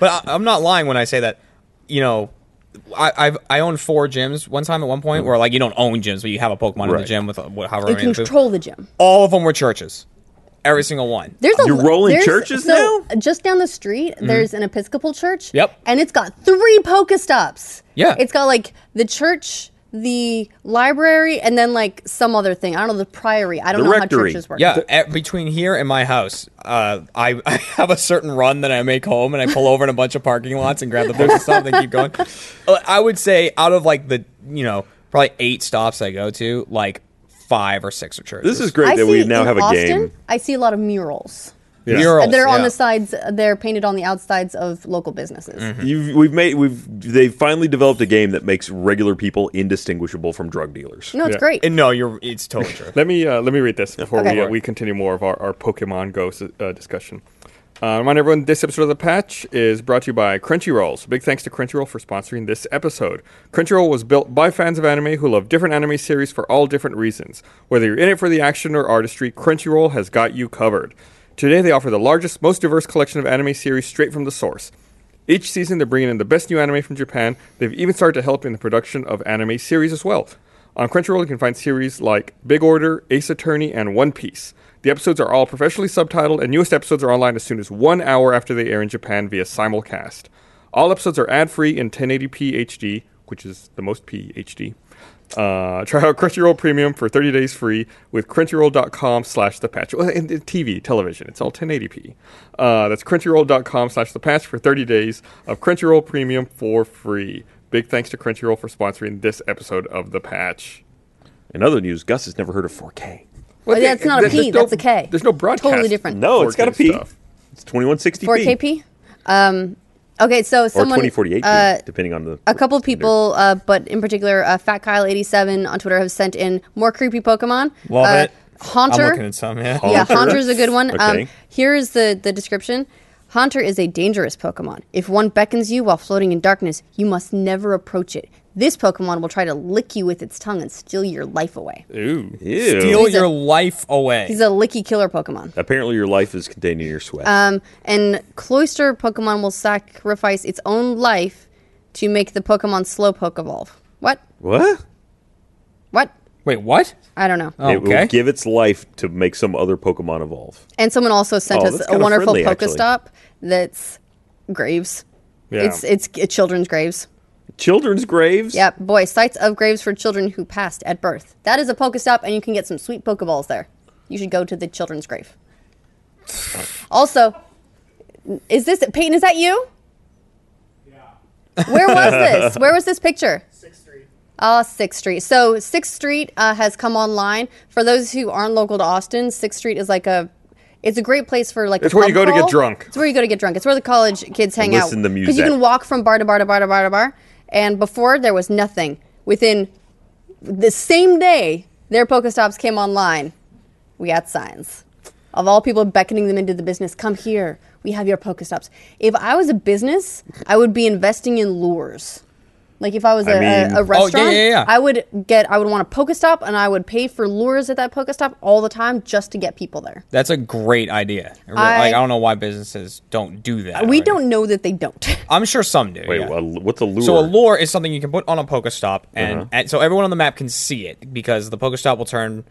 Speaker 4: But I, I'm not lying when I say that. You know, I, I've I own four gyms. One time at one point where like you don't own gyms, but you have a Pokemon in the
Speaker 2: Right.
Speaker 4: gym with uh, wh- however
Speaker 3: You
Speaker 4: many. other people.
Speaker 3: control the gym.
Speaker 4: All of them were churches. Every single one.
Speaker 3: There's a
Speaker 2: You're
Speaker 3: lo-
Speaker 2: rolling
Speaker 3: there's-
Speaker 2: churches Mm-hmm.
Speaker 3: so Just down the street, there's an Episcopal church.
Speaker 4: Yep.
Speaker 3: And it's got three Pokestops.
Speaker 4: Yeah.
Speaker 3: It's got like the church, the library, and then like some other thing. I don't know the priory. I don't
Speaker 2: The
Speaker 3: know
Speaker 2: rectory.
Speaker 3: how churches work.
Speaker 4: Yeah, at, between here and my house, uh, I, I have a certain run that I make home, and I pull over in a bunch of parking lots and grab the books and stuff, and keep going. Uh, I would say out of like the you know probably eight stops I go to, like five or six are churches.
Speaker 2: This is great
Speaker 3: I
Speaker 2: that
Speaker 3: see
Speaker 2: we now
Speaker 3: in
Speaker 2: have a
Speaker 3: Austin,
Speaker 2: game. Oh,
Speaker 3: I see a lot of murals.
Speaker 1: Yeah.
Speaker 4: murals.
Speaker 3: They're on
Speaker 4: yeah.
Speaker 3: the sides. They're painted on the outsides of local businesses.
Speaker 2: You've, we've made we've they've finally developed a game that makes regular people indistinguishable from drug dealers.
Speaker 3: No, it's
Speaker 1: Yeah.
Speaker 3: great.
Speaker 4: And no, you're. It's totally true.
Speaker 1: Let me uh, let me read this before
Speaker 3: Okay.
Speaker 1: we, uh, we continue more of our, our Pokemon Go s- uh, discussion. Uh, remind everyone, this episode of The Patch is brought to you by Crunchyroll. So big thanks to Crunchyroll for sponsoring this episode. Crunchyroll was built by fans of anime who love different anime series for all different reasons. Whether you're in it for the action or artistry, Crunchyroll has got you covered. Today, they offer the largest, most diverse collection of anime series straight from the source. Each season, they're bringing in the best new anime from Japan. They've even started to help in the production of anime series as well. On Crunchyroll, you can find series like Big Order, Ace Attorney, and One Piece. The episodes are all professionally subtitled, and newest episodes are online as soon as one hour after they air in Japan via simulcast. All episodes are ad free in 1080p HD, which is the most PhD. Uh, try out Crunchyroll Premium for 30 days free with crunchyroll.com slash the patch. Well, and, and TV, television, it's all 1080p. Uh, that's crunchyroll.com slash the patch for 30 days of Crunchyroll Premium for free. Big thanks to Crunchyroll for sponsoring this episode of The Patch.
Speaker 2: In other news, Gus has never heard of 4K.
Speaker 1: Well,
Speaker 3: Oh,
Speaker 1: they-
Speaker 3: that's not a
Speaker 1: there's
Speaker 3: P,
Speaker 1: no-
Speaker 3: that's a K.
Speaker 1: There's no broadcast.
Speaker 3: Totally different.
Speaker 2: No, it's got a
Speaker 1: 4K
Speaker 2: P.
Speaker 1: stuff.
Speaker 2: It's 2160p
Speaker 3: 4KP. Um, okay, so
Speaker 2: or
Speaker 3: someone
Speaker 2: 2048p,
Speaker 3: uh,
Speaker 2: depending on the.
Speaker 3: a couple people, uh, but in particular, uh, Fat Kyle eighty seven on Twitter have sent in more creepy Pokemon.
Speaker 4: Love
Speaker 3: Uh,
Speaker 4: it. I'm
Speaker 3: Haunter.
Speaker 4: looking at some. Yeah.
Speaker 3: yeah,
Speaker 2: Haunter.
Speaker 3: Haunter is a good one. Um,
Speaker 2: Okay.
Speaker 3: here is the the description. Haunter is a dangerous Pokemon. If one beckons you while floating in darkness, you must never approach it. This Pokemon will try to lick you with its tongue and steal your life away.
Speaker 1: Ooh.
Speaker 2: Ew.
Speaker 4: Steal
Speaker 3: He's a-
Speaker 4: your life away.
Speaker 3: He's a licky killer Pokemon.
Speaker 2: Apparently, your life is contained in your sweat.
Speaker 3: Um, and cloister Pokemon will sacrifice its own life to make the Pokemon Slowpoke evolve. What?
Speaker 2: what?
Speaker 3: What?
Speaker 4: Wait, what?
Speaker 3: I don't know.
Speaker 2: It
Speaker 4: okay.
Speaker 2: will give its life to make some other Pokemon evolve.
Speaker 3: And someone also sent
Speaker 2: Oh,
Speaker 3: us
Speaker 2: that's
Speaker 3: a
Speaker 2: kinda
Speaker 3: wonderful
Speaker 2: friendly, actually.
Speaker 3: Pokestop that's graves.
Speaker 1: Yeah.
Speaker 3: It's it's uh, children's graves.
Speaker 2: Children's graves.
Speaker 3: Yep, boy, sites of graves for children who passed at birth. That is a Pokestop, and you can get some sweet Pokeballs there. You should go to the children's grave. Also, is this Peyton? Is that you? Yeah. Where was this? Where was this picture? Sixth Street. Ah, Sixth Street. So Sixth Street uh, has come online. For those who aren't local to Austin, Sixth Street is like a. It's a great place for like.
Speaker 1: It's
Speaker 3: a
Speaker 1: where you go
Speaker 3: pub
Speaker 1: to get
Speaker 3: crawl.
Speaker 1: drunk.
Speaker 3: It's where you go to get drunk. It's where the college kids hang out
Speaker 2: listen to
Speaker 3: you
Speaker 2: music.
Speaker 3: can walk from bar to bar to bar to bar to bar. And before there was nothing. Within the same day, their Pokestops came online. We got signs of all people beckoning them into the business. Come here. We have your Pokestops. If I was a business, I would be investing in lures. Like if I was a,
Speaker 2: I mean-
Speaker 3: a, a
Speaker 2: Oh, yeah,
Speaker 3: restaurant,
Speaker 4: yeah, yeah.
Speaker 3: I would get, I would want a Pokestop, and I would pay for lures at that Pokestop all the time just to get people there.
Speaker 4: That's a great idea. I, re-
Speaker 3: I-
Speaker 4: like I don't know why businesses don't do that.
Speaker 3: We
Speaker 4: already.
Speaker 3: don't know that they don't.
Speaker 4: I'm sure some do.
Speaker 2: Wait,
Speaker 4: yeah.
Speaker 2: well, what's a lure?
Speaker 4: So a lure is something you can put on a Pokestop, and,
Speaker 2: Uh-huh.
Speaker 4: and so everyone on the map can see it because the Pokestop will turn.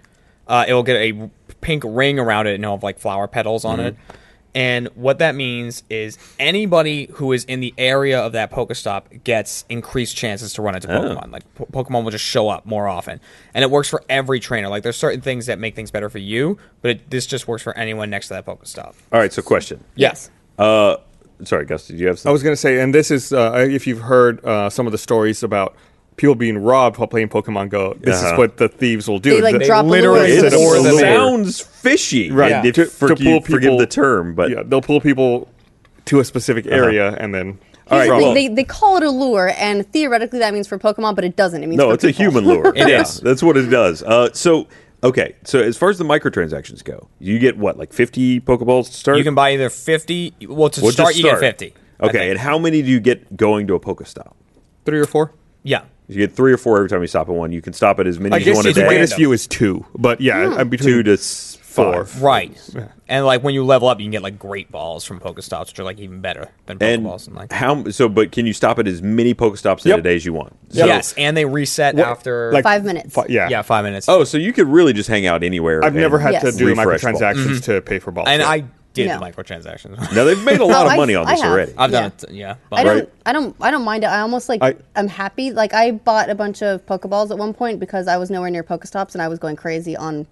Speaker 4: Uh, it will get a pink ring around it and it'll have like flower petals on it.
Speaker 2: Mm-hmm.
Speaker 4: And what that means is anybody who is in the area of that Pokestop gets increased chances to
Speaker 2: Oh.
Speaker 4: run into Pokemon. Like po- Pokemon will just show up more often, and it works for every trainer. Like there's certain things that make things better for you, but it, this just works for anyone next to that Pokestop.
Speaker 2: All right. So question.
Speaker 3: yes.
Speaker 2: Uh, sorry, Gus. Did you
Speaker 1: I
Speaker 2: have something?
Speaker 1: was going to say, and this is uh, if you've heard uh, some of the stories about people being robbed while playing Pokemon Go. This
Speaker 2: Uh-huh.
Speaker 1: is what the thieves will do.
Speaker 3: They, like,
Speaker 1: The-
Speaker 3: drop a
Speaker 4: literally
Speaker 3: lure.
Speaker 1: It's
Speaker 2: it
Speaker 1: a
Speaker 3: Or
Speaker 1: lure.
Speaker 2: sounds fishy.
Speaker 1: Right.
Speaker 2: and
Speaker 1: Yeah.
Speaker 2: if-
Speaker 1: To-
Speaker 2: for-
Speaker 1: to pull
Speaker 2: you- forgive
Speaker 1: people-
Speaker 2: the term, but Uh-huh.
Speaker 1: yeah, they'll pull people to a specific area and then.
Speaker 2: All right,
Speaker 3: Here's the thing,
Speaker 2: well-
Speaker 3: they, they call it a lure, and theoretically that means for Pokemon, but it doesn't. It means
Speaker 2: No,
Speaker 3: for
Speaker 2: it's a
Speaker 3: people.
Speaker 2: human lure.
Speaker 4: It
Speaker 2: It is.
Speaker 4: is.
Speaker 2: That's what it does. Uh, so okay. So as far as the microtransactions go, you get what like fifty Pokeballs to start.
Speaker 4: You can buy either fifty. Well, to
Speaker 2: Well, just
Speaker 4: start, you get fifty. I
Speaker 2: Okay,
Speaker 4: think.
Speaker 2: and how many do you get going to a Pokestop?
Speaker 1: Three or four?
Speaker 4: yeah.
Speaker 2: You get three or four every time you stop at one. You can stop at as many
Speaker 1: I
Speaker 2: as you
Speaker 1: guess
Speaker 2: want a
Speaker 1: the
Speaker 2: day.
Speaker 1: greatest view is two, but yeah, I'm between
Speaker 2: Two to s-
Speaker 1: four.
Speaker 4: Right. And like when you level up, you can get like great balls from Pokestops, which are like even better than
Speaker 2: And
Speaker 4: Pokeballs. And, like
Speaker 2: how so? But can you stop at as many Pokestops in
Speaker 1: Yep.
Speaker 2: a day as you want?
Speaker 1: Yep.
Speaker 2: So-
Speaker 4: yes, and they reset after
Speaker 1: Like
Speaker 3: Five minutes.
Speaker 1: fi- yeah.
Speaker 4: yeah five minutes.
Speaker 2: Oh, so you could really just hang out anywhere.
Speaker 1: I've never
Speaker 2: and-
Speaker 1: had
Speaker 3: Yes.
Speaker 1: to do
Speaker 2: Refresh ball.
Speaker 1: microtransactions to pay for balls.
Speaker 4: Mm-hmm. and I did
Speaker 3: No.
Speaker 4: microtransactions.
Speaker 2: Now they've made a lot
Speaker 3: No,
Speaker 2: of
Speaker 3: I-
Speaker 2: money on
Speaker 3: I
Speaker 2: this
Speaker 3: have.
Speaker 2: already.
Speaker 4: I've done
Speaker 3: Yeah.
Speaker 4: it. Yeah,
Speaker 3: I
Speaker 4: but-
Speaker 3: don't,
Speaker 2: Right.
Speaker 3: I don't, I don't mind it. I almost like, I,
Speaker 1: I-
Speaker 3: am happy. Like I bought a bunch of Pokeballs at one point because I was nowhere near Pokestops and I was going crazy on.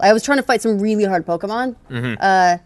Speaker 3: I was trying to fight some really hard Pokemon.
Speaker 2: Mm-hmm.
Speaker 3: Uh,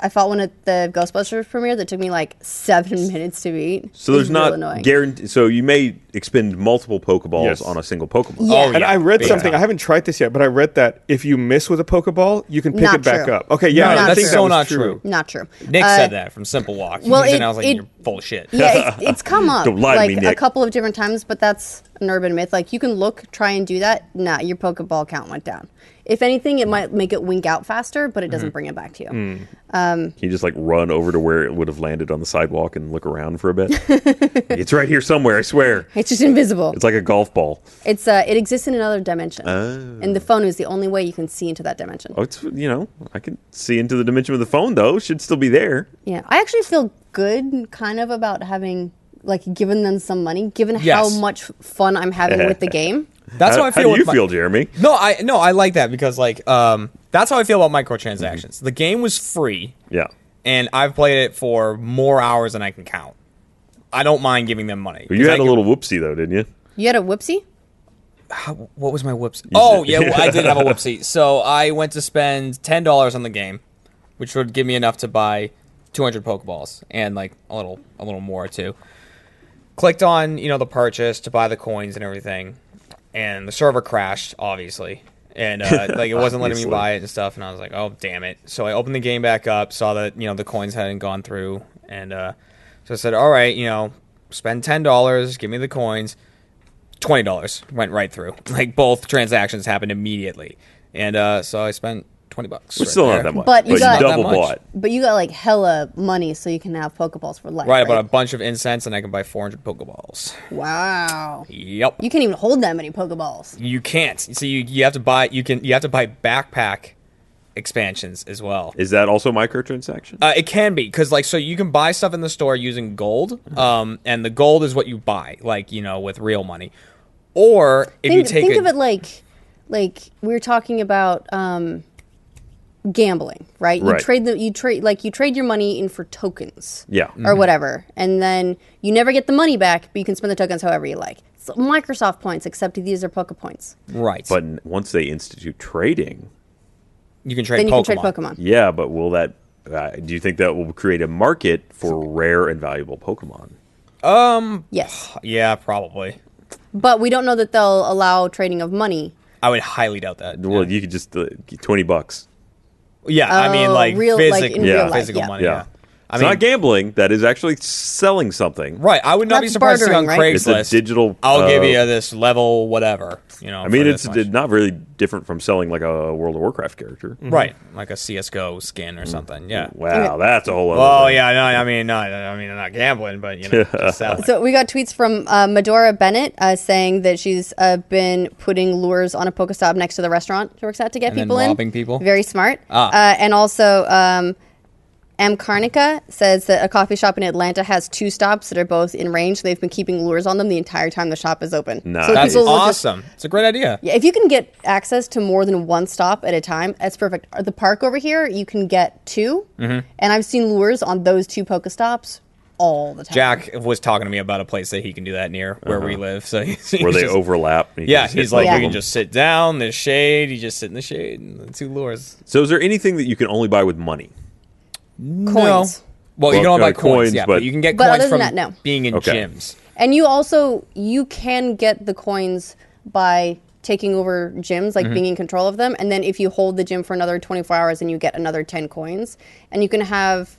Speaker 3: I fought one at the Ghostbusters premiere that took me like seven minutes to beat.
Speaker 2: So there's
Speaker 3: It was real
Speaker 2: not
Speaker 3: annoying.
Speaker 2: guarantee. So you may expend multiple Pokeballs
Speaker 1: Yes.
Speaker 2: on a single Pokemon.
Speaker 3: Yeah.
Speaker 4: Oh,
Speaker 1: and
Speaker 4: yeah,
Speaker 1: I read
Speaker 4: big
Speaker 1: something.
Speaker 4: time.
Speaker 1: I haven't tried this yet, but I read that if you miss with a Pokeball, you can pick
Speaker 3: Not
Speaker 1: it back
Speaker 3: true.
Speaker 1: up. Okay, yeah,
Speaker 3: No,
Speaker 1: I
Speaker 3: not
Speaker 1: think
Speaker 3: true.
Speaker 1: that
Speaker 4: So
Speaker 1: was
Speaker 4: not
Speaker 1: true.
Speaker 4: true.
Speaker 3: Not true.
Speaker 4: Nick
Speaker 3: Uh,
Speaker 4: said that from Simple Walk.
Speaker 3: well,
Speaker 4: and
Speaker 3: it-
Speaker 4: I was like,
Speaker 3: it-
Speaker 4: "You're full of shit."
Speaker 3: yeah, it's, it's come up
Speaker 2: Don't lie to
Speaker 3: like
Speaker 2: me,
Speaker 3: a
Speaker 2: Nick.
Speaker 3: couple of different times, but that's an urban myth. Like you can look, try and do that. Nah, your Pokeball count went down. If anything, it might make it wink out faster, but it doesn't
Speaker 2: Mm-hmm.
Speaker 3: bring it back to you.
Speaker 2: Mm. Can you Oh, just like run over to where it would have landed on the sidewalk and look around for a bit? it's right here somewhere. I swear.
Speaker 3: It's just invisible.
Speaker 2: It's like a golf ball.
Speaker 3: It's uh, it exists in another dimension, and the phone is the only way you can see into that dimension.
Speaker 2: Oh, it's you know I can see into the dimension of the phone though. Should still be there.
Speaker 3: Yeah, I actually feel good, kind of, about having like given them some money, given
Speaker 4: Yes.
Speaker 3: how much fun I'm having with the game.
Speaker 4: That's
Speaker 2: how,
Speaker 4: how I
Speaker 2: how
Speaker 4: feel.
Speaker 2: do
Speaker 4: with
Speaker 2: you
Speaker 4: my-
Speaker 2: feel, Jeremy?
Speaker 4: No, I no, I like that because like um, that's how I feel about microtransactions.
Speaker 2: Mm-hmm.
Speaker 4: The game was free,
Speaker 2: Yeah.
Speaker 4: and I've played it for more hours than I can count. I don't mind giving them money.
Speaker 2: You
Speaker 4: 'Cause I
Speaker 2: had a
Speaker 4: can-
Speaker 2: little whoopsie though, didn't you?
Speaker 3: You had a whoopsie.
Speaker 4: What was my whoops? Oh
Speaker 2: did-
Speaker 4: yeah, well, I did have a whoopsie. So I went to spend ten dollars on the game, which would give me enough to buy two hundred Pokeballs and like a little, a little more too. Clicked on you know the purchase to buy the coins and everything, and the server crashed obviously, and uh, like it wasn't letting me
Speaker 2: Obviously.
Speaker 4: buy it and stuff. And I was like, oh damn it! So I opened the game back up, saw that you know the coins hadn't gone through, and uh, so I said, all right, you know, spend ten dollars, give me the coins twenty dollars went right through. Like both transactions happened immediately, and uh, so I spent twenty bucks.
Speaker 2: It's
Speaker 4: right
Speaker 2: still
Speaker 4: there.
Speaker 2: not that much,
Speaker 3: But you got-
Speaker 2: double
Speaker 4: Not that much.
Speaker 2: bought.
Speaker 3: But you got like hella money, so you can have Pokeballs for life.
Speaker 4: Right, about a bunch of incense, and I can buy four hundred Pokeballs.
Speaker 3: wow.
Speaker 4: Yep.
Speaker 3: You can't even hold that many Pokeballs.
Speaker 4: You can't. So you, you have to buy. You can. You have to buy backpack expansions as well.
Speaker 2: Is that also microtransaction?
Speaker 4: Uh, it can be because like so you can buy stuff in the store using gold, um, and the gold is what you buy, like you know, with real money. Or if you
Speaker 3: Think,
Speaker 4: take
Speaker 3: think
Speaker 4: a-
Speaker 3: of it like, like we were talking about um, gambling, right? You
Speaker 2: Right.
Speaker 3: trade the you trade like you trade your money in for tokens,
Speaker 2: Yeah.
Speaker 4: Mm-hmm.
Speaker 3: or whatever, and then you never get the money back, but you can spend the tokens however you like. It's Microsoft points, except these are Poke points.
Speaker 4: right,
Speaker 2: but n- once they institute trading,
Speaker 4: you can trade.
Speaker 3: Then you
Speaker 4: Pokemon.
Speaker 3: can trade Pokemon.
Speaker 2: yeah, but will that? Uh, do you think that will create a market for rare and valuable Pokemon?
Speaker 3: Yes,
Speaker 4: Yeah, probably.
Speaker 3: but we don't know that they'll allow trading of money.
Speaker 4: I would highly doubt that.
Speaker 2: Well, you could just uh, get twenty bucks.
Speaker 4: Yeah, I mean,
Speaker 3: Oh,
Speaker 4: like
Speaker 3: real- like,
Speaker 4: physic-
Speaker 3: in
Speaker 2: real life,
Speaker 4: physical
Speaker 3: yeah.
Speaker 4: money.
Speaker 2: Yeah,
Speaker 4: Uh, Yeah,
Speaker 2: it's not gambling. That is actually selling something.
Speaker 4: right. I would not be
Speaker 3: That's
Speaker 4: surprised to see on
Speaker 3: bartering, right?
Speaker 2: It's a
Speaker 4: Craigslist.
Speaker 2: digital,
Speaker 4: I'll
Speaker 2: uh,
Speaker 4: give you this level, whatever. You know.
Speaker 2: I mean,
Speaker 4: for
Speaker 2: it's
Speaker 4: this much.
Speaker 2: d- not really different from selling like a World of Warcraft character.
Speaker 4: right, like a CS:GO skin or something. Yeah.
Speaker 2: mm-hmm. Wow, that's a whole other.
Speaker 4: Oh
Speaker 2: thing.
Speaker 4: yeah, no, I mean, not, I mean, I'm not gambling, but you know, just uh, selling.
Speaker 3: So we got tweets from uh, Medora Bennett uh, saying that she's uh, been putting lures on a Pokestop next to the restaurant she works at to get
Speaker 4: And then
Speaker 3: people in.
Speaker 4: robbing people?
Speaker 3: Very smart.
Speaker 4: Ah.
Speaker 3: Uh, and also, um, M. Carnica says that a coffee shop in Atlanta has two stops that are both in range. They've been keeping lures on them the entire time the shop is open.
Speaker 2: Nice.
Speaker 3: So
Speaker 4: That's
Speaker 3: people will just-
Speaker 4: awesome. it's a great idea.
Speaker 3: Yeah, if you can get access to more than one stop at a time, that's perfect. At The park over here, you can get 2
Speaker 4: Mm-hmm.
Speaker 3: and I've seen lures on those two Pokestops all the time.
Speaker 4: Jack was talking to me about a place that he can do that near where we live. So he's,
Speaker 2: Uh-huh. where
Speaker 4: he's
Speaker 2: they
Speaker 4: just-
Speaker 2: overlap. and you
Speaker 4: Yeah,
Speaker 2: just hit
Speaker 4: he's like,
Speaker 2: both
Speaker 3: Yeah.
Speaker 2: of
Speaker 4: you can
Speaker 2: them.
Speaker 4: just sit down. There's shade. You just sit in the shade, and the two lures.
Speaker 2: So, is there anything that you can only buy with money?
Speaker 3: coins.
Speaker 4: No. Well, you
Speaker 2: Well,
Speaker 4: can only
Speaker 2: uh,
Speaker 4: buy coins,
Speaker 2: coins,
Speaker 4: yeah, but,
Speaker 2: but-
Speaker 4: you can get
Speaker 3: But
Speaker 4: coins
Speaker 3: other than
Speaker 4: from
Speaker 3: that, no.
Speaker 4: being in
Speaker 2: Okay.
Speaker 4: gyms.
Speaker 3: And you also you can get the coins by taking over gyms,
Speaker 4: Mm-hmm.
Speaker 3: like being in control of them. And then if you hold the gym for another 24 hours, and you get another 10 coins, and you can have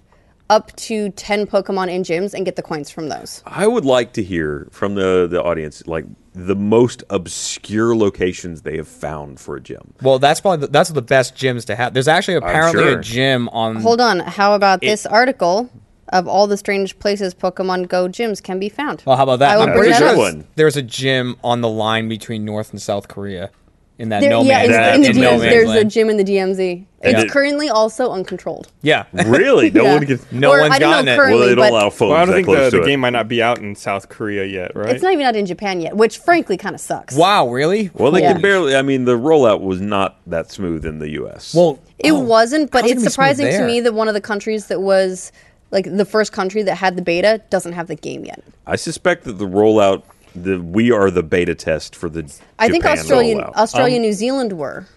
Speaker 3: up to 10 Pokemon in gyms and get the coins from those.
Speaker 2: I would like to hear from the the audience, like the most obscure locations they have found for a gym.
Speaker 4: Well, that's probably the, that's the best gyms to have. There's actually apparently
Speaker 2: sure.
Speaker 4: a gym on.
Speaker 3: Hold on, how about this article of all the strange places Pokemon Go gyms can be found?
Speaker 4: Well, how about that?
Speaker 3: I will
Speaker 4: I'm
Speaker 3: bring
Speaker 4: pretty
Speaker 3: that
Speaker 4: sure
Speaker 3: up.
Speaker 2: one.
Speaker 4: there's a gym on the line between North and South Korea in that
Speaker 3: There-
Speaker 4: no
Speaker 3: yeah,
Speaker 4: man's
Speaker 3: in-
Speaker 2: That
Speaker 3: in,
Speaker 2: is
Speaker 3: the
Speaker 2: no
Speaker 3: DMZ,
Speaker 2: man's
Speaker 3: there's a
Speaker 4: land.
Speaker 3: gym in the DMZ.
Speaker 2: And
Speaker 3: It's
Speaker 2: it-
Speaker 3: currently also uncontrolled.
Speaker 4: yeah.
Speaker 2: Really? No
Speaker 3: Yeah.
Speaker 2: one gets.
Speaker 4: No
Speaker 3: Or,
Speaker 4: one's
Speaker 3: I don't
Speaker 4: gotten
Speaker 3: know
Speaker 4: it.
Speaker 2: Well,
Speaker 3: currently,
Speaker 2: they don't
Speaker 3: but
Speaker 2: allow phones
Speaker 1: Well, I don't
Speaker 2: that
Speaker 1: think
Speaker 2: close
Speaker 1: the,
Speaker 2: to
Speaker 1: the
Speaker 2: it.
Speaker 1: game might not be out in South Korea yet, right?
Speaker 3: It's not even out in Japan yet, which frankly kind of sucks.
Speaker 4: Wow, really?
Speaker 2: Well, they
Speaker 3: Yeah.
Speaker 2: can barely. I mean, the rollout was not that smooth in the U.S.
Speaker 4: Well,
Speaker 3: It
Speaker 4: oh,
Speaker 3: wasn't, but
Speaker 4: how's it
Speaker 3: it's
Speaker 4: gonna be smooth
Speaker 3: surprising to
Speaker 4: there?
Speaker 3: me that one of the countries that was like the first country that had the beta doesn't have the game yet.
Speaker 2: I suspect that the rollout, the we are the beta test for the.
Speaker 3: I think
Speaker 2: Japan oh,
Speaker 3: Australia,
Speaker 2: rollout.
Speaker 3: Australia, New Zealand were.